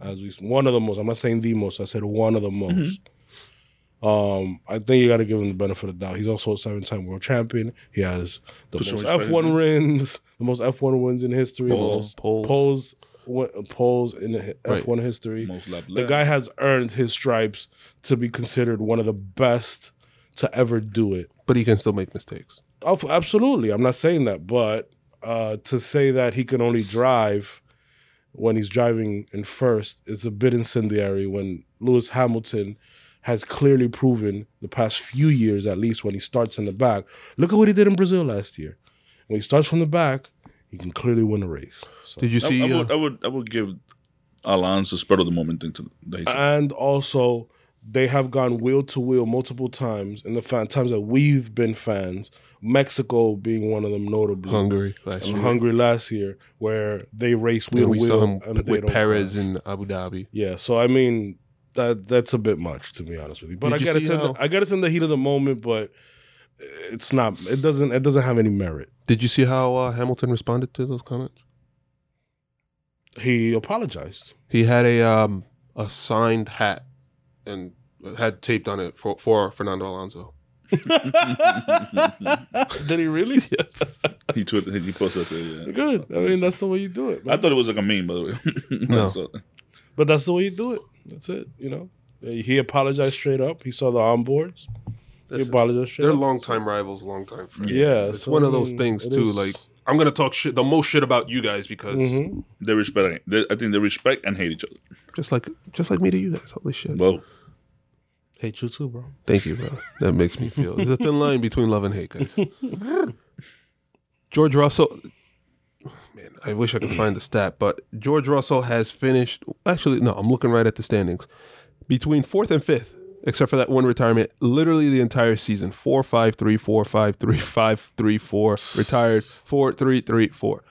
As we, one of the most. I'm not saying the most. I said one of the most. Um, I think you got to give him the benefit of the doubt. He's also a seven-time world champion. He has the
Put some
most
respect in
F1
it.
wins, the most F1 wins in history,
Polls, polls.
polls, polls, wi- polls in hi-
Right.
F1 history.
most lap
The guy has earned his stripes to be considered one of the best to ever do it.
But he can still make mistakes.
Oh, absolutely. I'm not saying that, but uh, to say that he can only drive when he's driving in first is a bit incendiary when Lewis Hamilton has clearly proven the past few years, at least when he starts in the back. Look at what he did in Brazil last year. When he starts from the back, he can clearly win a race. So.
Did you
I,
see?
I
uh,
would, I would I would give Alonso spur of the moment thing to the
And also, they have gone wheel to wheel multiple times in the fan times that we've been fans, Mexico being one of them notably.
Hungary last
in
year.
Hungary last year, where they race
Yeah,
wheel
we
to
saw
wheel
him
and they
with
don't
Perez
crash.
in Abu Dhabi.
Yeah, so I mean that that's a bit much to be honest with you. But
Did
I
you
get it.
see
in
how-
the- I get it's in the heat of the moment, but it's not. It doesn't. It doesn't have any merit.
Did you see how uh, Hamilton responded to those comments?
He apologized.
He had a um, a signed hat and had taped on it for, for Fernando Alonso.
Did he really? yes.
he tweeted he posted that. Yeah.
Good. I mean, that's the way you do it.
I
man.
thought it was like a meme, by the way.
No.
So-
But that's the way you do it. That's it. You know. He apologized straight up. He saw the onboards. He
That's-
apologized straight
They're
up.
longtime rivals, longtime friends.
Yeah,
it's
so,
one of
I
those
mean,
things
it
too.
is-
Like I'm gonna talk shit, the most shit about you guys because
Mhm.
they respect. They, I think they respect and hate each other.
just like just like me to you guys. Holy shit!
Whoa,
Hate you too, bro.
Thank you, bro. That makes me feel. There's a thin line between love and hate, guys. George Russell. Man, I wish I could find the stat, but George Russell has finished. Actually, no, I'm looking right at the standings. Between fourth and fifth, except for that one retirement, literally the entire season four, five, three, four, five, three, five, three, four, retired, four, three, three, four.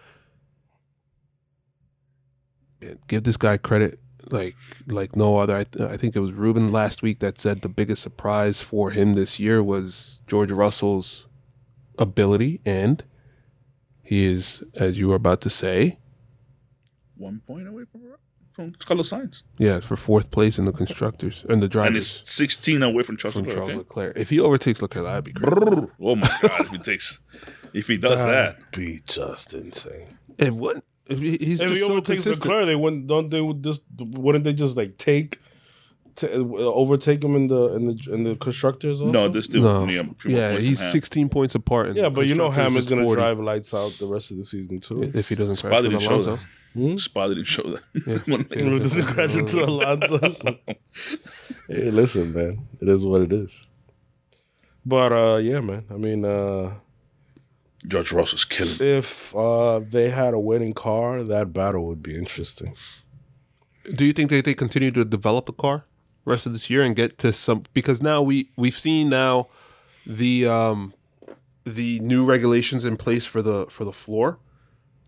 Man, give this guy credit like like no other. I, th- I think it was Ruben last week that said the biggest surprise for him this year was George Russell's ability, and he is, as you were about to say,
one point away from from Carlos Sainz,
yes, for fourth place in the constructors and the
and
drivers
it's 16 away from Charles
from
Leclerc.
Charles
okay?
Leclerc. If he overtakes Leclerc, that'd be crazy.
Brrr. Oh my god! If he takes, if he does that,
Be just insane.
And what? If he- he's
If
just
he
so
overtakes
consistent.
Leclerc, they wouldn't. Don't they would just? Wouldn't they just like take, t- uh, overtake him in the in the in the constructors? Also?
No, there's still
No.
me. I'm a few more
Yeah,
points
he's
from Ham.
16 points apart. and
Yeah, but you know
Constructors,
Ham is
it's
gonna
40.
drive lights out the rest of the season too.
if he doesn't
Spy
crash with
didn't show that.
Alonso. Hmm?
Spy didn't show that.
It doesn't crash into Alonso. hey, listen, man, it is what it is. But uh, yeah, man. I mean, uh,
George Russell's killing. it.
if uh, they had a winning car, that battle would be interesting.
Do you think they, they continue to develop the car rest of this year and get to some because now we we've seen now the um the new regulations in place for the for the floor.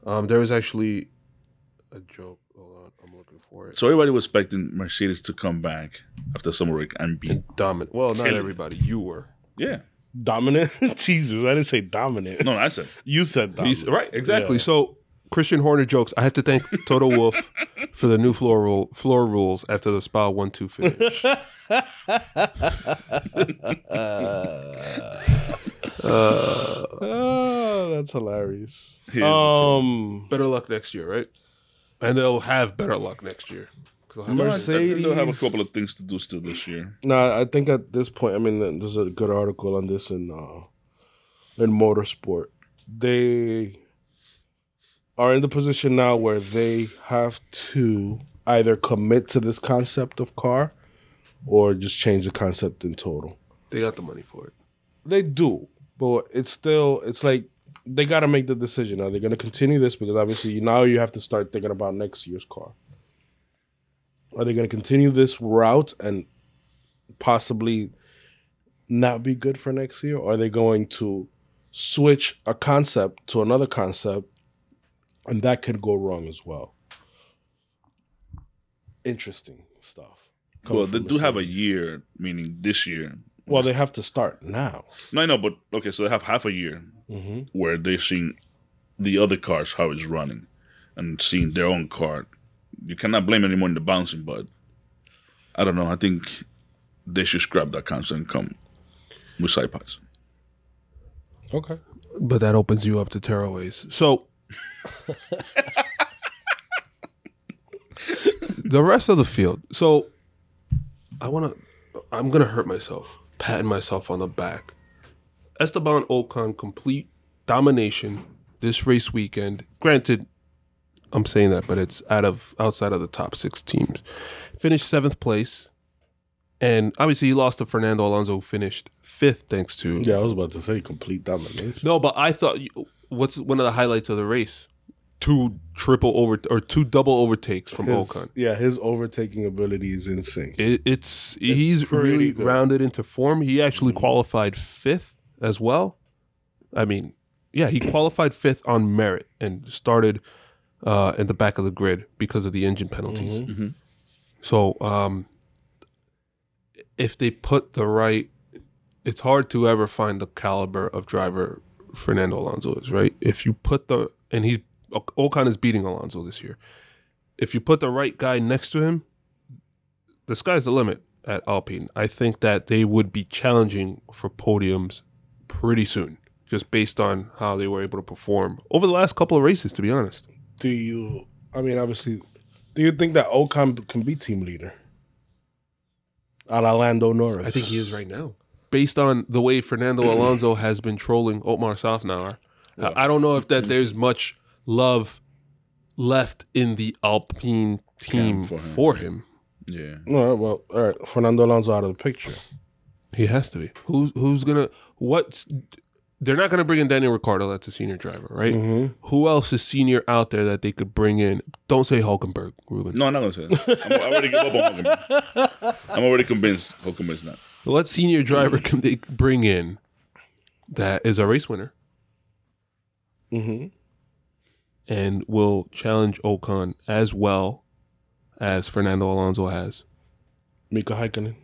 Um there was actually a joke. Hold on, I'm looking for it.
So everybody was expecting Mercedes to come back after summer break and be
Dominant. Well, not
Kill it.
everybody. You were.
yeah.
Dominant, Jesus, I didn't say dominant.
No, I said
You said dominant.
He's- right, exactly. So Christian Horner jokes. I have to thank Toto Wolf for the new floor rule floor rules after the Spa one two finish.
Oh, that's hilarious.
he is
Um,
better luck next year, right? And they'll have better luck next year. 'Cause they'll have-
No, I- I think They'll have a
Mercedes-
couple of things to do still this year.
no, I think at this point, I mean, there's a good article on this in uh, in Motorsport. They are in the position now where they have to either commit to this concept of car or just change the concept in total.
They got the money for it.
They do, but it's still it's like they got to make the decision. Are they going to continue this? Because obviously now you have to start thinking about next year's car. Are they going to continue this route and possibly not be good for next year? Or are they going to switch a concept to another concept, and that could go wrong as well? Interesting stuff. coming
Well, they
from
do have a
Mercedes.
year, meaning this year.
Well, they have to start now.
No, I know, but okay, so they have half a year
Mm-hmm.
where they're seeing the other cars how it's running and seeing their own car. You cannot blame anyone in the bouncing, but I don't know. I think they should scrap that concept and come with side pods.
Okay.
But that opens you up to tearaways. So the rest of the field. So I want to. I'm gonna hurt myself, patting myself on the back. Esteban Ocon complete domination this race weekend. Granted, I'm saying that, but it's out of outside of the top six teams. Finished seventh place, and obviously he lost to Fernando Alonso, who finished fifth thanks to
Yeah, I was about to say complete domination.
No, but I thought you- what's one of the highlights of the race? Two triple over or two double overtakes from
His-
Ocon.
Yeah, his overtaking ability is insane.
It, it's, he's
pretty
really
good. Mm-hmm.
rounded into form. He actually qualified fifth as well. I mean, yeah, he qualified fifth on merit and started uh, in the back of the grid because of the engine penalties.
Mm-hmm.
So, um, if they put the right, it's hard to ever find the caliber of driver Fernando Alonso is, right? If you put the and he Ocon is beating Alonso this year. If you put the right guy next to him, the sky's the limit at Alpine. I think that they would be challenging for podiums pretty soon, just based on how they were able to perform over the last couple of races. To be honest,
Do you? I mean, obviously, do you think that Ocon can be team leader? A la Lando Norris.
I think he is right now. Based on the way Fernando Alonso has been trolling Otmar Safnauer, I I don't know if that there's much love left in the Alpine team
Camp
for
for
him.
him. Yeah.
All right, well, all right. Fernando Alonso out of the picture.
He has to be. Who's who's gonna what's they're not gonna bring in Daniel Ricciardo. That's a senior driver, right? Who else is senior out there that they could bring in? Don't say Hulkenberg, Ruben.
No, I'm not gonna say that. I'm, I already give up on Hulkenberg. I'm already convinced Hulkenberg's not.
What senior driver can they bring in that is a race winner
Mm-hmm.
and will challenge Ocon as well as Fernando Alonso has?
Mika Häkkinen.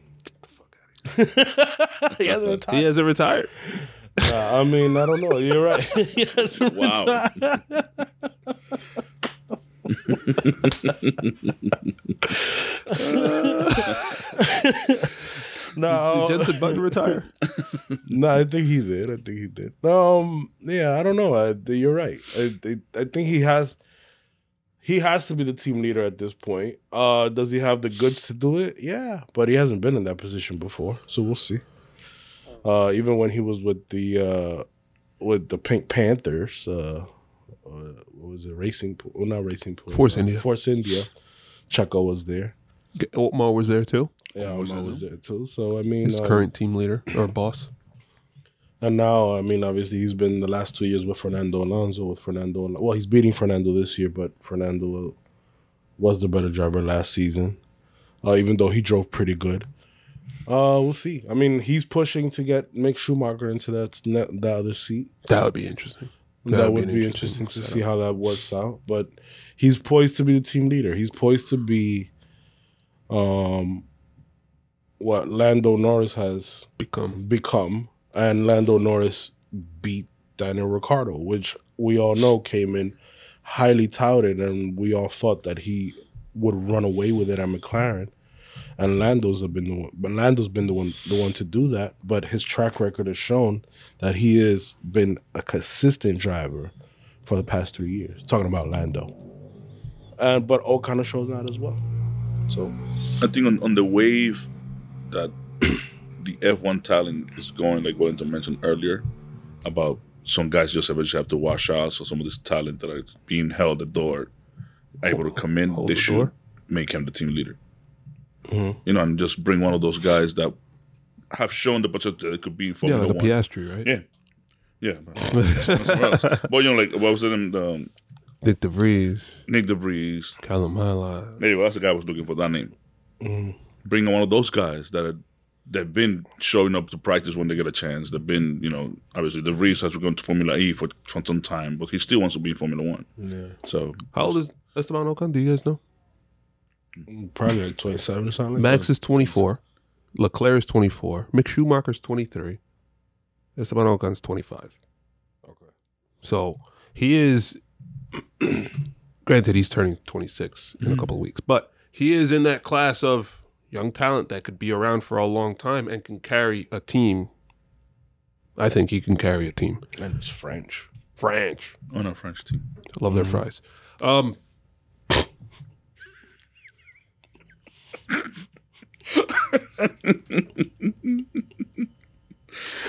He hasn't retired.
Nah, Uh, I mean, I don't know. You're right. yes,
Wow.
no,
Did Jensen Button retire?
no, I think he did. I think he did. Um, yeah, I don't know. I, you're right. I, I, I think he has. He has to be the team leader at this point. Uh, does he have the goods to do it? Yeah, but he hasn't been in that position before, so we'll see. Uh, even when he was with the uh, with the Pink Panthers, uh, uh, what was it? Racing pool? Well, not racing pool.
Force
uh,
India.
Force India. Checo was there.
G- Altmaier Oh, was there too.
Yeah, Omar was there too. So I mean,
His
um,
current team leader or boss.
And now, I mean, obviously, he's been the last two years with Fernando Alonso. With Fernando, Al- well, he's beating Fernando this year, but Fernando was the better driver last season, uh, even though he drove pretty good. Uh, we'll see. I mean, he's pushing to get Mick Schumacher into that ne- that other seat.
That would be interesting.
That,
That'd
would
an
be interesting, to
setup.
see how that works out. But he's poised to be the team leader. He's poised to be, um, what Lando Norris has
become.
become, and Lando Norris beat Daniel Ricciardo, which we all know came in highly touted, and we all thought that he would run away with it at McLaren. And Lando's have been the one, but Lando's been the one, the one to do that. But his track record has shown that he has been a consistent driver for the past three years. Talking about Lando, and but O'Connor shows that as well. So
I think on, on the wave that the F1 talent is going, like Wellington mentioned earlier, about some guys just eventually have to wash out. So some of this talent that are being held at door, able to come in,
Hold
they
the
should
door?
make him the team leader. You know, and just bring one of those guys that have shown the potential that it could be in
Yeah,
Formula
like a
One.
Piastri, right?
Yeah. Yeah. Somewhere else. but you know, like what was it? Um,
Dick DeVries,
Nick DeBreeze,
Callum Highline.
Anyway, that's the guy I was looking for that name. Bring in one of those guys that are, they've been showing up to practice when they get a chance. They've been, you know, obviously the Reese has gone to Formula E for, for some time, but he still wants to be in Formula One. So
How old is Esteban Ocon? Do you guys know?
probably like twenty seven or something. like
Max is 24. Leclerc is 24. Mick Schumacher's 23. Esteban Ocon's 25. Okay. So he is, granted, he's turning 26 in a couple of weeks, but he is in that class of young talent that could be around for a long time and can carry a team. I think he can carry a team.
that. and it's French.
French.
on our French team,
I love their fries. Um,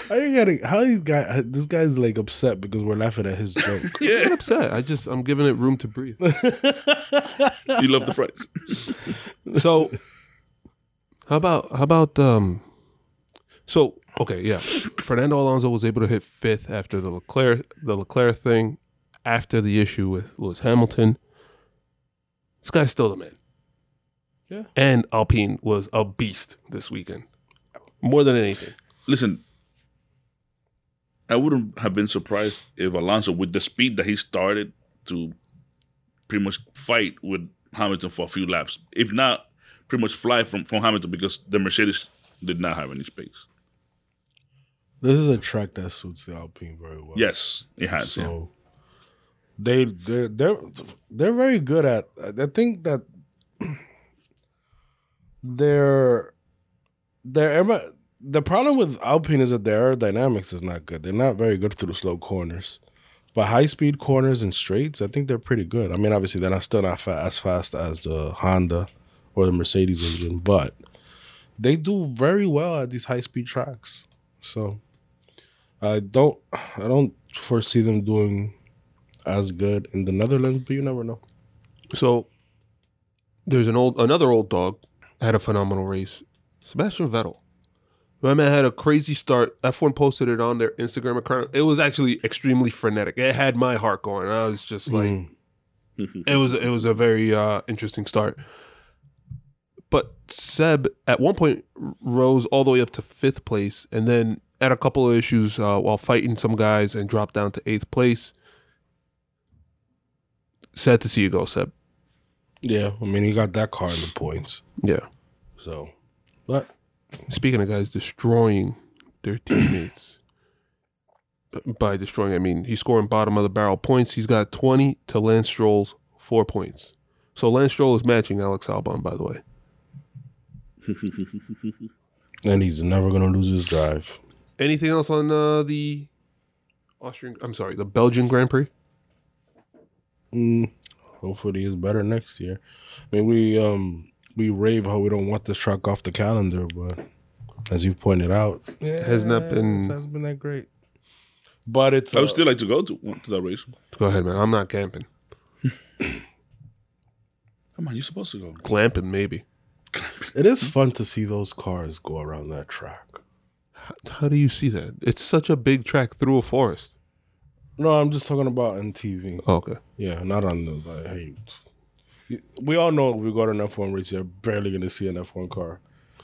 How you getting? How these guy? This guy's like upset because we're laughing at his joke.
I'm not upset. I just I'm giving it room to breathe.
he loved the fries.
So, how about how about um? So okay, yeah. Fernando Alonso was able to hit fifth after the Leclerc the Leclerc thing, after the issue with Lewis Hamilton. This guy's still the man.
Yeah.
And Alpine was a beast this weekend, more than anything.
Listen, I wouldn't have been surprised if Alonso, with the speed that he started to pretty much fight with Hamilton for a few laps, if not pretty much fly from, from Hamilton because the Mercedes did not have any space.
this is a track that suits the Alpine very well.
Yes, it has. yeah.
So they they they're they're very good at. I think that their their aer- the problem with Alpine is that their aerodynamics is not good. They're not very good through the slow corners, but high speed corners and straights, I think they're pretty good. I mean, obviously they're not still not fa- as fast as the Honda or the Mercedes engine, but they do very well at these high speed tracks. So I don't I don't foresee them doing as good in the Netherlands, but you never know.
So there's an old another old dog had a phenomenal race. Sebastian Vettel. My man had a crazy start. F1 posted it on their Instagram account. It was actually extremely frenetic. It had my heart going. I was just like it was it was a very uh interesting start. But Seb at one point r- rose all the way up to fifth place and then had a couple of issues uh, while fighting some guys and dropped down to eighth place. Sad to see you go, Seb.
Yeah, I mean he got that car in the points.
Yeah.
So but
Speaking of guys destroying their teammates, B- by destroying, I mean he's scoring bottom of the barrel points. He's got 20 to Lance Stroll's four points. So Lance Stroll is matching Alex Albon, by the way.
and he's never gonna lose his drive.
Anything else on uh, the Austrian? I'm sorry, the Belgian Grand Prix.
Mm, Hopefully, it's better next year. I mean, we um we rave how we don't want this track off the calendar, but as you've pointed out, yeah,
has not been-
has been that great. But it's
I would
uh,
still like to go to, to that race.
Go ahead, man. I'm not camping.
Come on, you're supposed to go.
Glamping, maybe.
it is fun to see those cars go around that track.
How do you see that? It's such a big track through a forest.
No, I'm just talking about on TV.
Oh, okay.
Yeah, not on the like. Hey, you- we all know if we go to an F1 race, you're barely gonna see an F1 car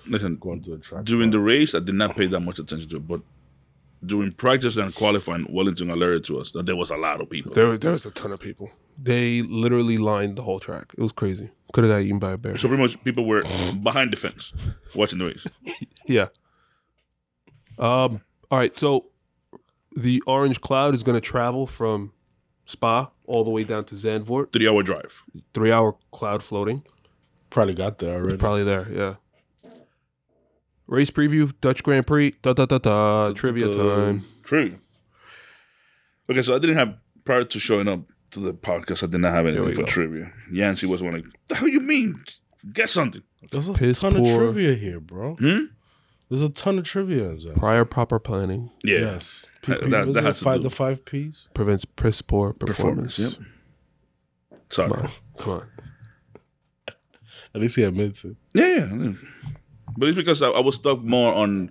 Listen,
going to the track.
during the race, I did not pay that much attention to it, but during practice and qualifying, Wellington alerted to us that there was a lot of people.
There, there was a ton of people. They literally lined the whole track. It was crazy. Could have got eaten by a bear.
So pretty much, people were behind the fence watching the race.
Yeah. Um. All right. So the orange cloud is going to travel from Spa all the way down to Zandvoort.
Three-hour drive.
Three hour cloud floating.
probably got there already.
Probably there. Yeah. Race preview, Dutch Grand Prix, da da da da, trivia time.
True. Okay, so I didn't have prior to showing up to the podcast. I did not have anything
we
for
go.
trivia. Yancy was one like, "The hell you mean? Get something."
There's a
Piss
ton
poor.
of trivia here, bro.
Hmm?
There's a ton of trivia. Zach.
Prior proper planning
Yeah.
Yes.
Uh,
PP,
that-
was
that
it
has to
five,
do-
the five P's.
prevents piss poor performance.
Performance. Yep. Sorry.
Come on, come on.
At least he admits it.
Yeah, yeah. yeah. But it's because I, I was stuck more on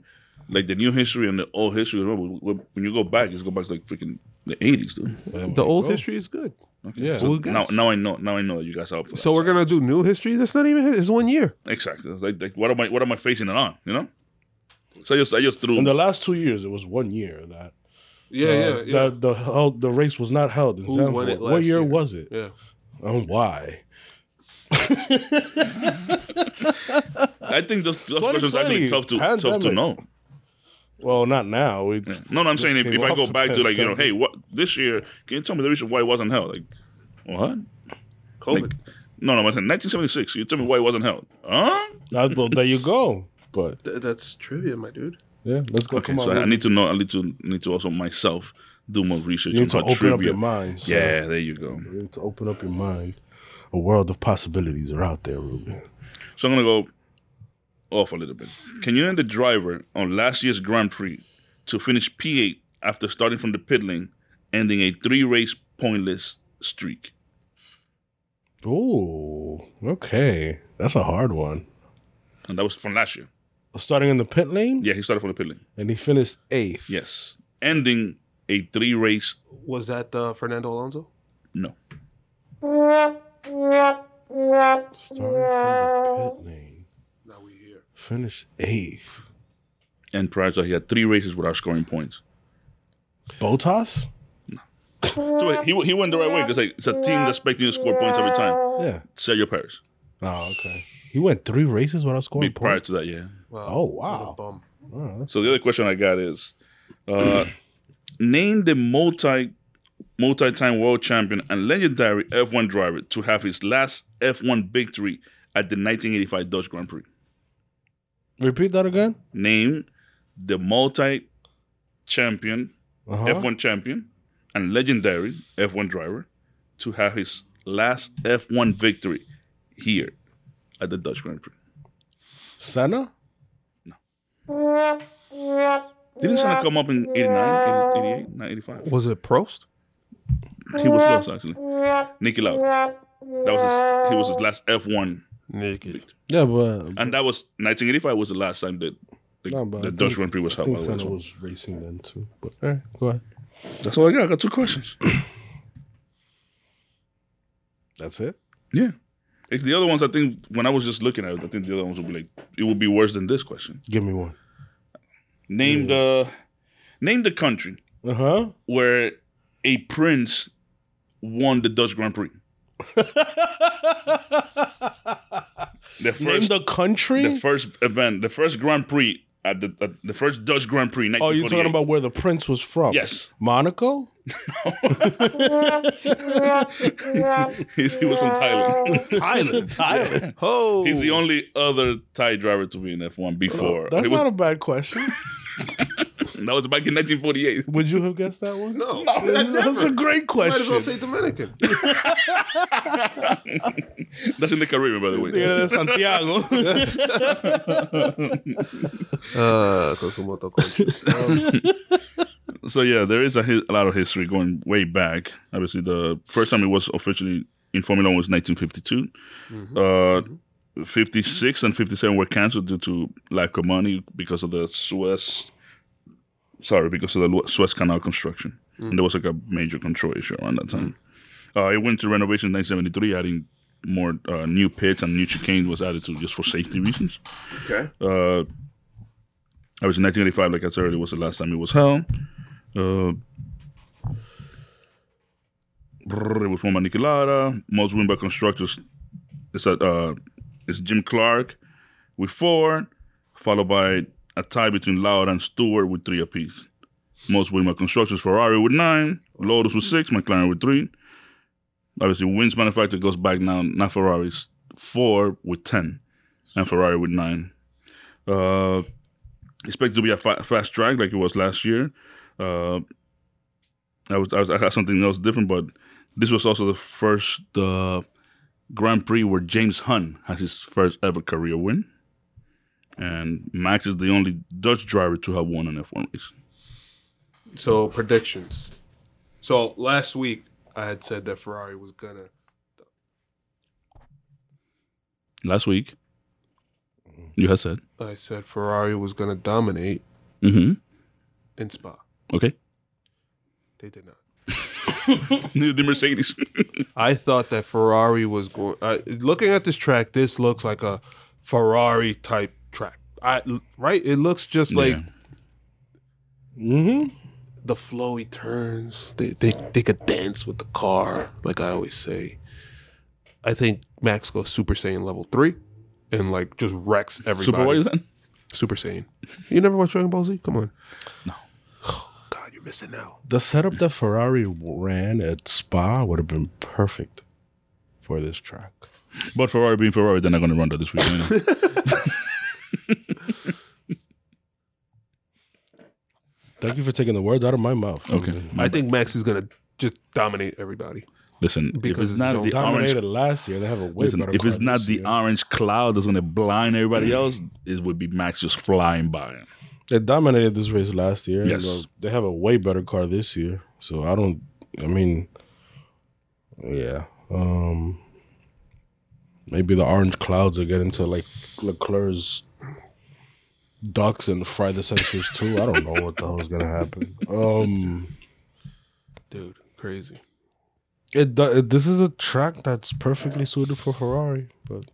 like the new history and the old history. Remember, when when you go back, you just go back to like freaking the eighties, dude.
The old history is good.
Yeah. So
Well,
now,
guys.
now I know. Now I know you guys are up for that.
So we're gonna do new history. That's not even. It's one year.
exactly. It's Like, like, what am I? What am I facing it on? You know. So I just I just threw.
In the last two years, it was one year that
Yeah,
uh, that the held, the race was not held in
Who won
Sanford.
it
What
last
year,
year?
was it?
yeah.
And why?
I think those, those questions are
2020,
actually tough to tough to
pandemic.
know.
Well, not now. We,
Yeah. No, no, I'm saying if,
came
if I
off
go
the
back to like you know,
pandemic.
hey, what this year? Can you tell me the reason why it wasn't held? Like, what?
COVID.
Like, no, no, I'm saying 1976. You tell me why it wasn't held? Huh?
That- well, there you go. But
that's trivia, my dude.
yeah, let's go.
Okay,
Come
so
on,
I need to know. I need to need to also myself do more research.
you
on
need to
how
open up
trivia-
your mind. son.
Yeah, there you go.
you need to open up your mind. A world of possibilities are out there, Ruben.
So I'm gonna go off a little bit. Can you name the driver on last year's Grand Prix to finish P8 after starting from the pit lane, ending a three-race pointless streak?
Ooh, okay, that's a hard one.
And that was from last year.
Starting in the pit lane,
Yeah, he started from the pit lane.
and he finished eighth.
Yes, ending a three-race.
Was that uh, Fernando Alonso?
No,
Starting from the pit lane,
Now we here.
finished eighth.
and prior to that, he had three races without scoring points.
Botas?
So wait, he he went the right way because like it's a team that's expecting you to score points every time.
Yeah.
Sergio Perez.
Oh, okay. He went three races without
Be
scoring
prior
points.
to that, yeah.
Wow.
Oh, wow.
bum.
Oh, that's-
So the other question I got is, uh, name the multi multi-time world champion and legendary F1 driver to have his last F1 victory at the 1985 Dutch Grand Prix.
Repeat that again.
Name the multi-champion
Uh-huh.
F1 champion and legendary F1 driver to have his last F1 victory here at the Dutch Grand Prix.
Senna?
Didn't Senna come up in 89, 88, 85?
Was it Prost?
He was close actually. Nicky Lauda. That was his, he was his last F one,
Naked.
Yeah, but
and that was 1985 was the last time that the,
No, but I
the
think-
Dutch Grand Prix was
I
held.
think
by the
Senna
way.
was racing then too. But all right, go ahead.
That's all I got. I got two questions.
That's it.
yeah, If the other ones. I think when I was just looking at it, I think the other ones would be like it would be worse than this question.
Give me one.
Name the name the country
Uh huh.
where a prince won the Dutch Grand Prix. The
Name
first
the country.
the first event, the first Grand Prix at the at the first Dutch Grand Prix.
oh, you're talking
1948.
about where the prince was from?
Yes.
Monaco.
he, he was from Thailand.
Thailand. Thailand.
Oh,
He's the only other Thai driver to be in F1 before.
That's
he was,
not a bad question.
That was back in 1948.
Would you have guessed that one?
No,
That's a great
Might as
question.
well say Dominican.
That's in the Caribbean, by the way.
Yeah, Santiago.
Ah, con su motoconcho.
So yeah, there is a, hi- a lot of history going way back. Obviously, the first time it was officially in Formula One was 1952. Uh, 56 and 57 were canceled due to lack of money because of the Suez. Sorry, because of the Lu- Suez Canal construction, and there was like a major control issue around that time. Uh, it went to renovation in 1973, adding more uh, new pits and new chicane was added to just for safety reasons.
Okay.
Uh, I was in 1985, like I said earlier, was the last time it was held. Uh, brr, it was won by Niki Lauda. Most win by constructors is that uh, it's Jim Clark with four, followed by a tie between Lauda and Stewart with three apiece. Most win by constructors Ferrari with nine, Lotus with six, McLaren with three. Obviously, wins manufacturer goes back now, not Ferrari's four with ten, and Ferrari with nine. Uh, expected to be a fa- fast track like it was last year. Uh, I was I, was, I had something else different, but this was also the first uh, Grand Prix where James Hunt has his first ever career win, and Max is the only Dutch driver to have won an F1 race.
So predictions. So last week I had said that Ferrari was gonna.
Last week,
Mm-hmm.
you had said,
I said Ferrari was gonna dominate
mm-hmm.
in Spa.
okay,
They did not.
the Mercedes.
I thought that Ferrari was going. I looking at this track, this looks like a Ferrari type track. I right? It looks just like
Yeah.
mm-hmm.
the flowy turns. They they they could dance with the car, like I always say. I think Max goes Super Saiyan level three, and like just wrecks everybody.
Super what is that?
Super Saiyan. You never watched Dragon Ball Z? Come on. No. God, you're missing out.
The setup that Ferrari ran at Spa would have been perfect for this track.
But Ferrari being Ferrari, they're not going to run that this weekend. you know.
Thank you for taking the words out of my mouth.
okay,
I think Max is gonna just dominate everybody.
listen,
Because
because
it's
it's not
his own
the orange
Dominated last year. They have a way
Listen,
better
if it's
car
not
this
the
year.
orange cloud that's going to blind everybody else, it would be Max just flying by.
They dominated this race last year. and,
Yes.
uh, they have a way better car this year. So I don't. I mean, yeah. Um Maybe the orange clouds will get into like Leclerc's ducks and fry the sensors too. I don't know what the hell is gonna happen. Um,
Dude, crazy.
it, do- it this is a track that's perfectly suited for Ferrari, but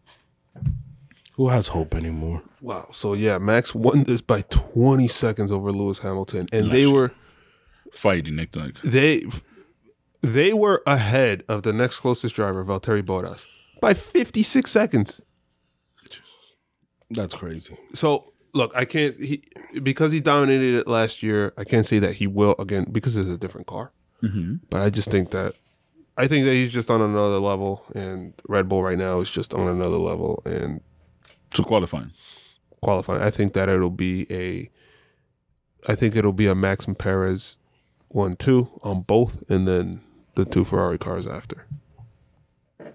who has hope anymore?
Wow. So yeah, Max won this by 20 seconds over Lewis Hamilton, and they were
Fighting neck to neck.
they they were ahead of the next closest driver, Valtteri Bottas, by 56 seconds.
That's crazy.
So look, I can't he because he dominated it last year. I can't say that he will again because it's a different car.
Mm-hmm.
But I just think that I think that he's just on another level, and Red Bull right now is just on another level, and
To qualifying.
qualifying. I think that it'll be a I think it'll be a Max and Perez one two on both and then the two Ferrari cars after.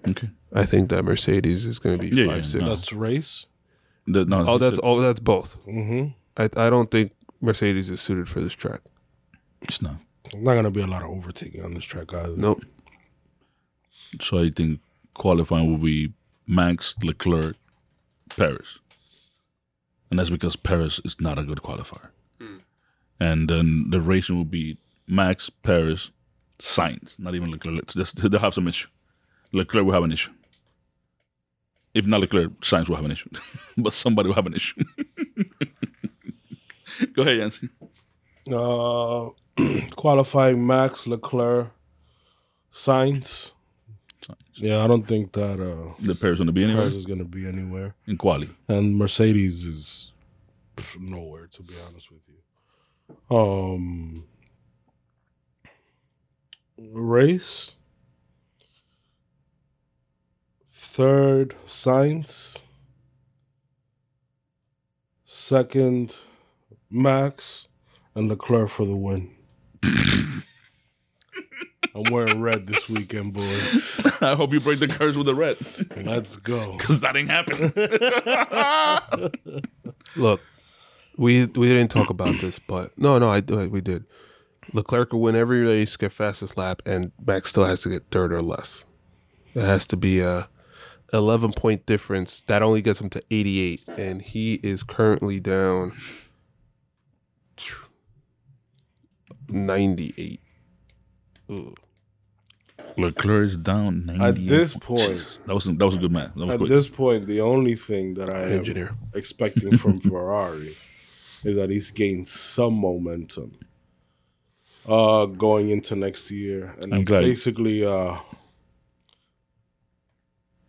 Okay.
I think that Mercedes is gonna be
Yeah,
five
yeah,
six.
no.
That's race.
The- no,
Oh that's
it's-
oh that's both.
Mm-hmm.
I I don't think Mercedes is suited for this track.
it's not.
Not gonna be a lot of overtaking on this track either.
Nope.
So I think qualifying will be Max, Leclerc, Paris. And that's because Paris is not a good qualifier. And then the racing will be Max, Paris, Sainz. Not even Leclerc. It's just- They'll have some issue. Leclerc will have an issue. If not Leclerc, Sainz will have an issue. but somebody will have an issue. Go ahead, Yancy.
Uh, qualifying Max Leclerc, Sainz. Yeah, I don't think that uh,
The Paris going to be anywhere
Perez is going to be anywhere,
in quali.
and Mercedes is pff, nowhere. To be honest with you, um, race third Sainz, second Max, and Leclerc for the win. I'm wearing red this weekend, boys.
I hope you break the curse with the red.
Let's go.
Because that ain't happening.
Look, we we didn't talk about this, but no, no, I uh, we did. Leclerc will win every race, get fastest lap, and Max still has to get third or less. It has to be a eleven point difference. That only gets him to eighty eight, and he is currently down ninety eight.
Leclerc is down 90.
At this point,
That was, that was a good match. That was
at
quick.
this point, the only thing that I am
Engineer.
expecting from Ferrari is that he's gained some momentum uh, going into next year, and
I'm glad.
basically uh,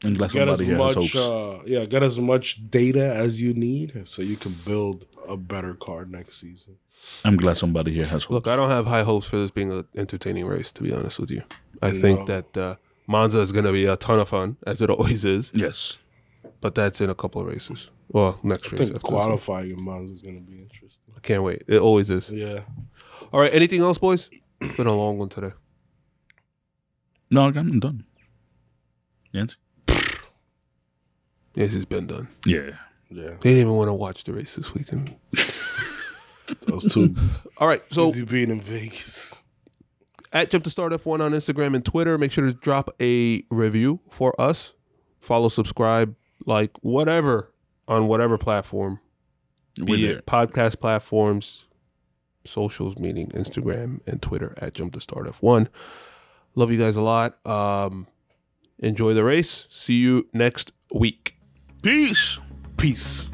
I'm glad
get as
somebody has
much
hopes.
uh, yeah get as much data as you need, so you can build a better car next season.
I'm glad somebody here has hope.
Look, I don't have high hopes for this being an entertaining race. To be honest with you, I think that uh, Monza is going to be a ton of fun, as it always is.
Yes.
But that's in a couple of races. Well, next
I
race.
think
After this.
qualifying in Monza is going to be interesting.
I can't wait. It always is.
Yeah,
All right. Anything else, boys? It's been a long one today.
No, I'm done. Yes?
Yes, it's been done.
Yeah.
yeah,
They didn't even want to watch the race this weekend.
those two
All right. So
busy being in Vegas.
at Jump to Start F1 on Instagram and Twitter. Make sure to drop a review for us. Follow, subscribe, like whatever on whatever platform.
We're
be
there.
it podcast platforms, socials, meaning Instagram and Twitter at Jump to Start F1. Love you guys a lot. Um, enjoy the race. See you next week.
Peace.
Peace.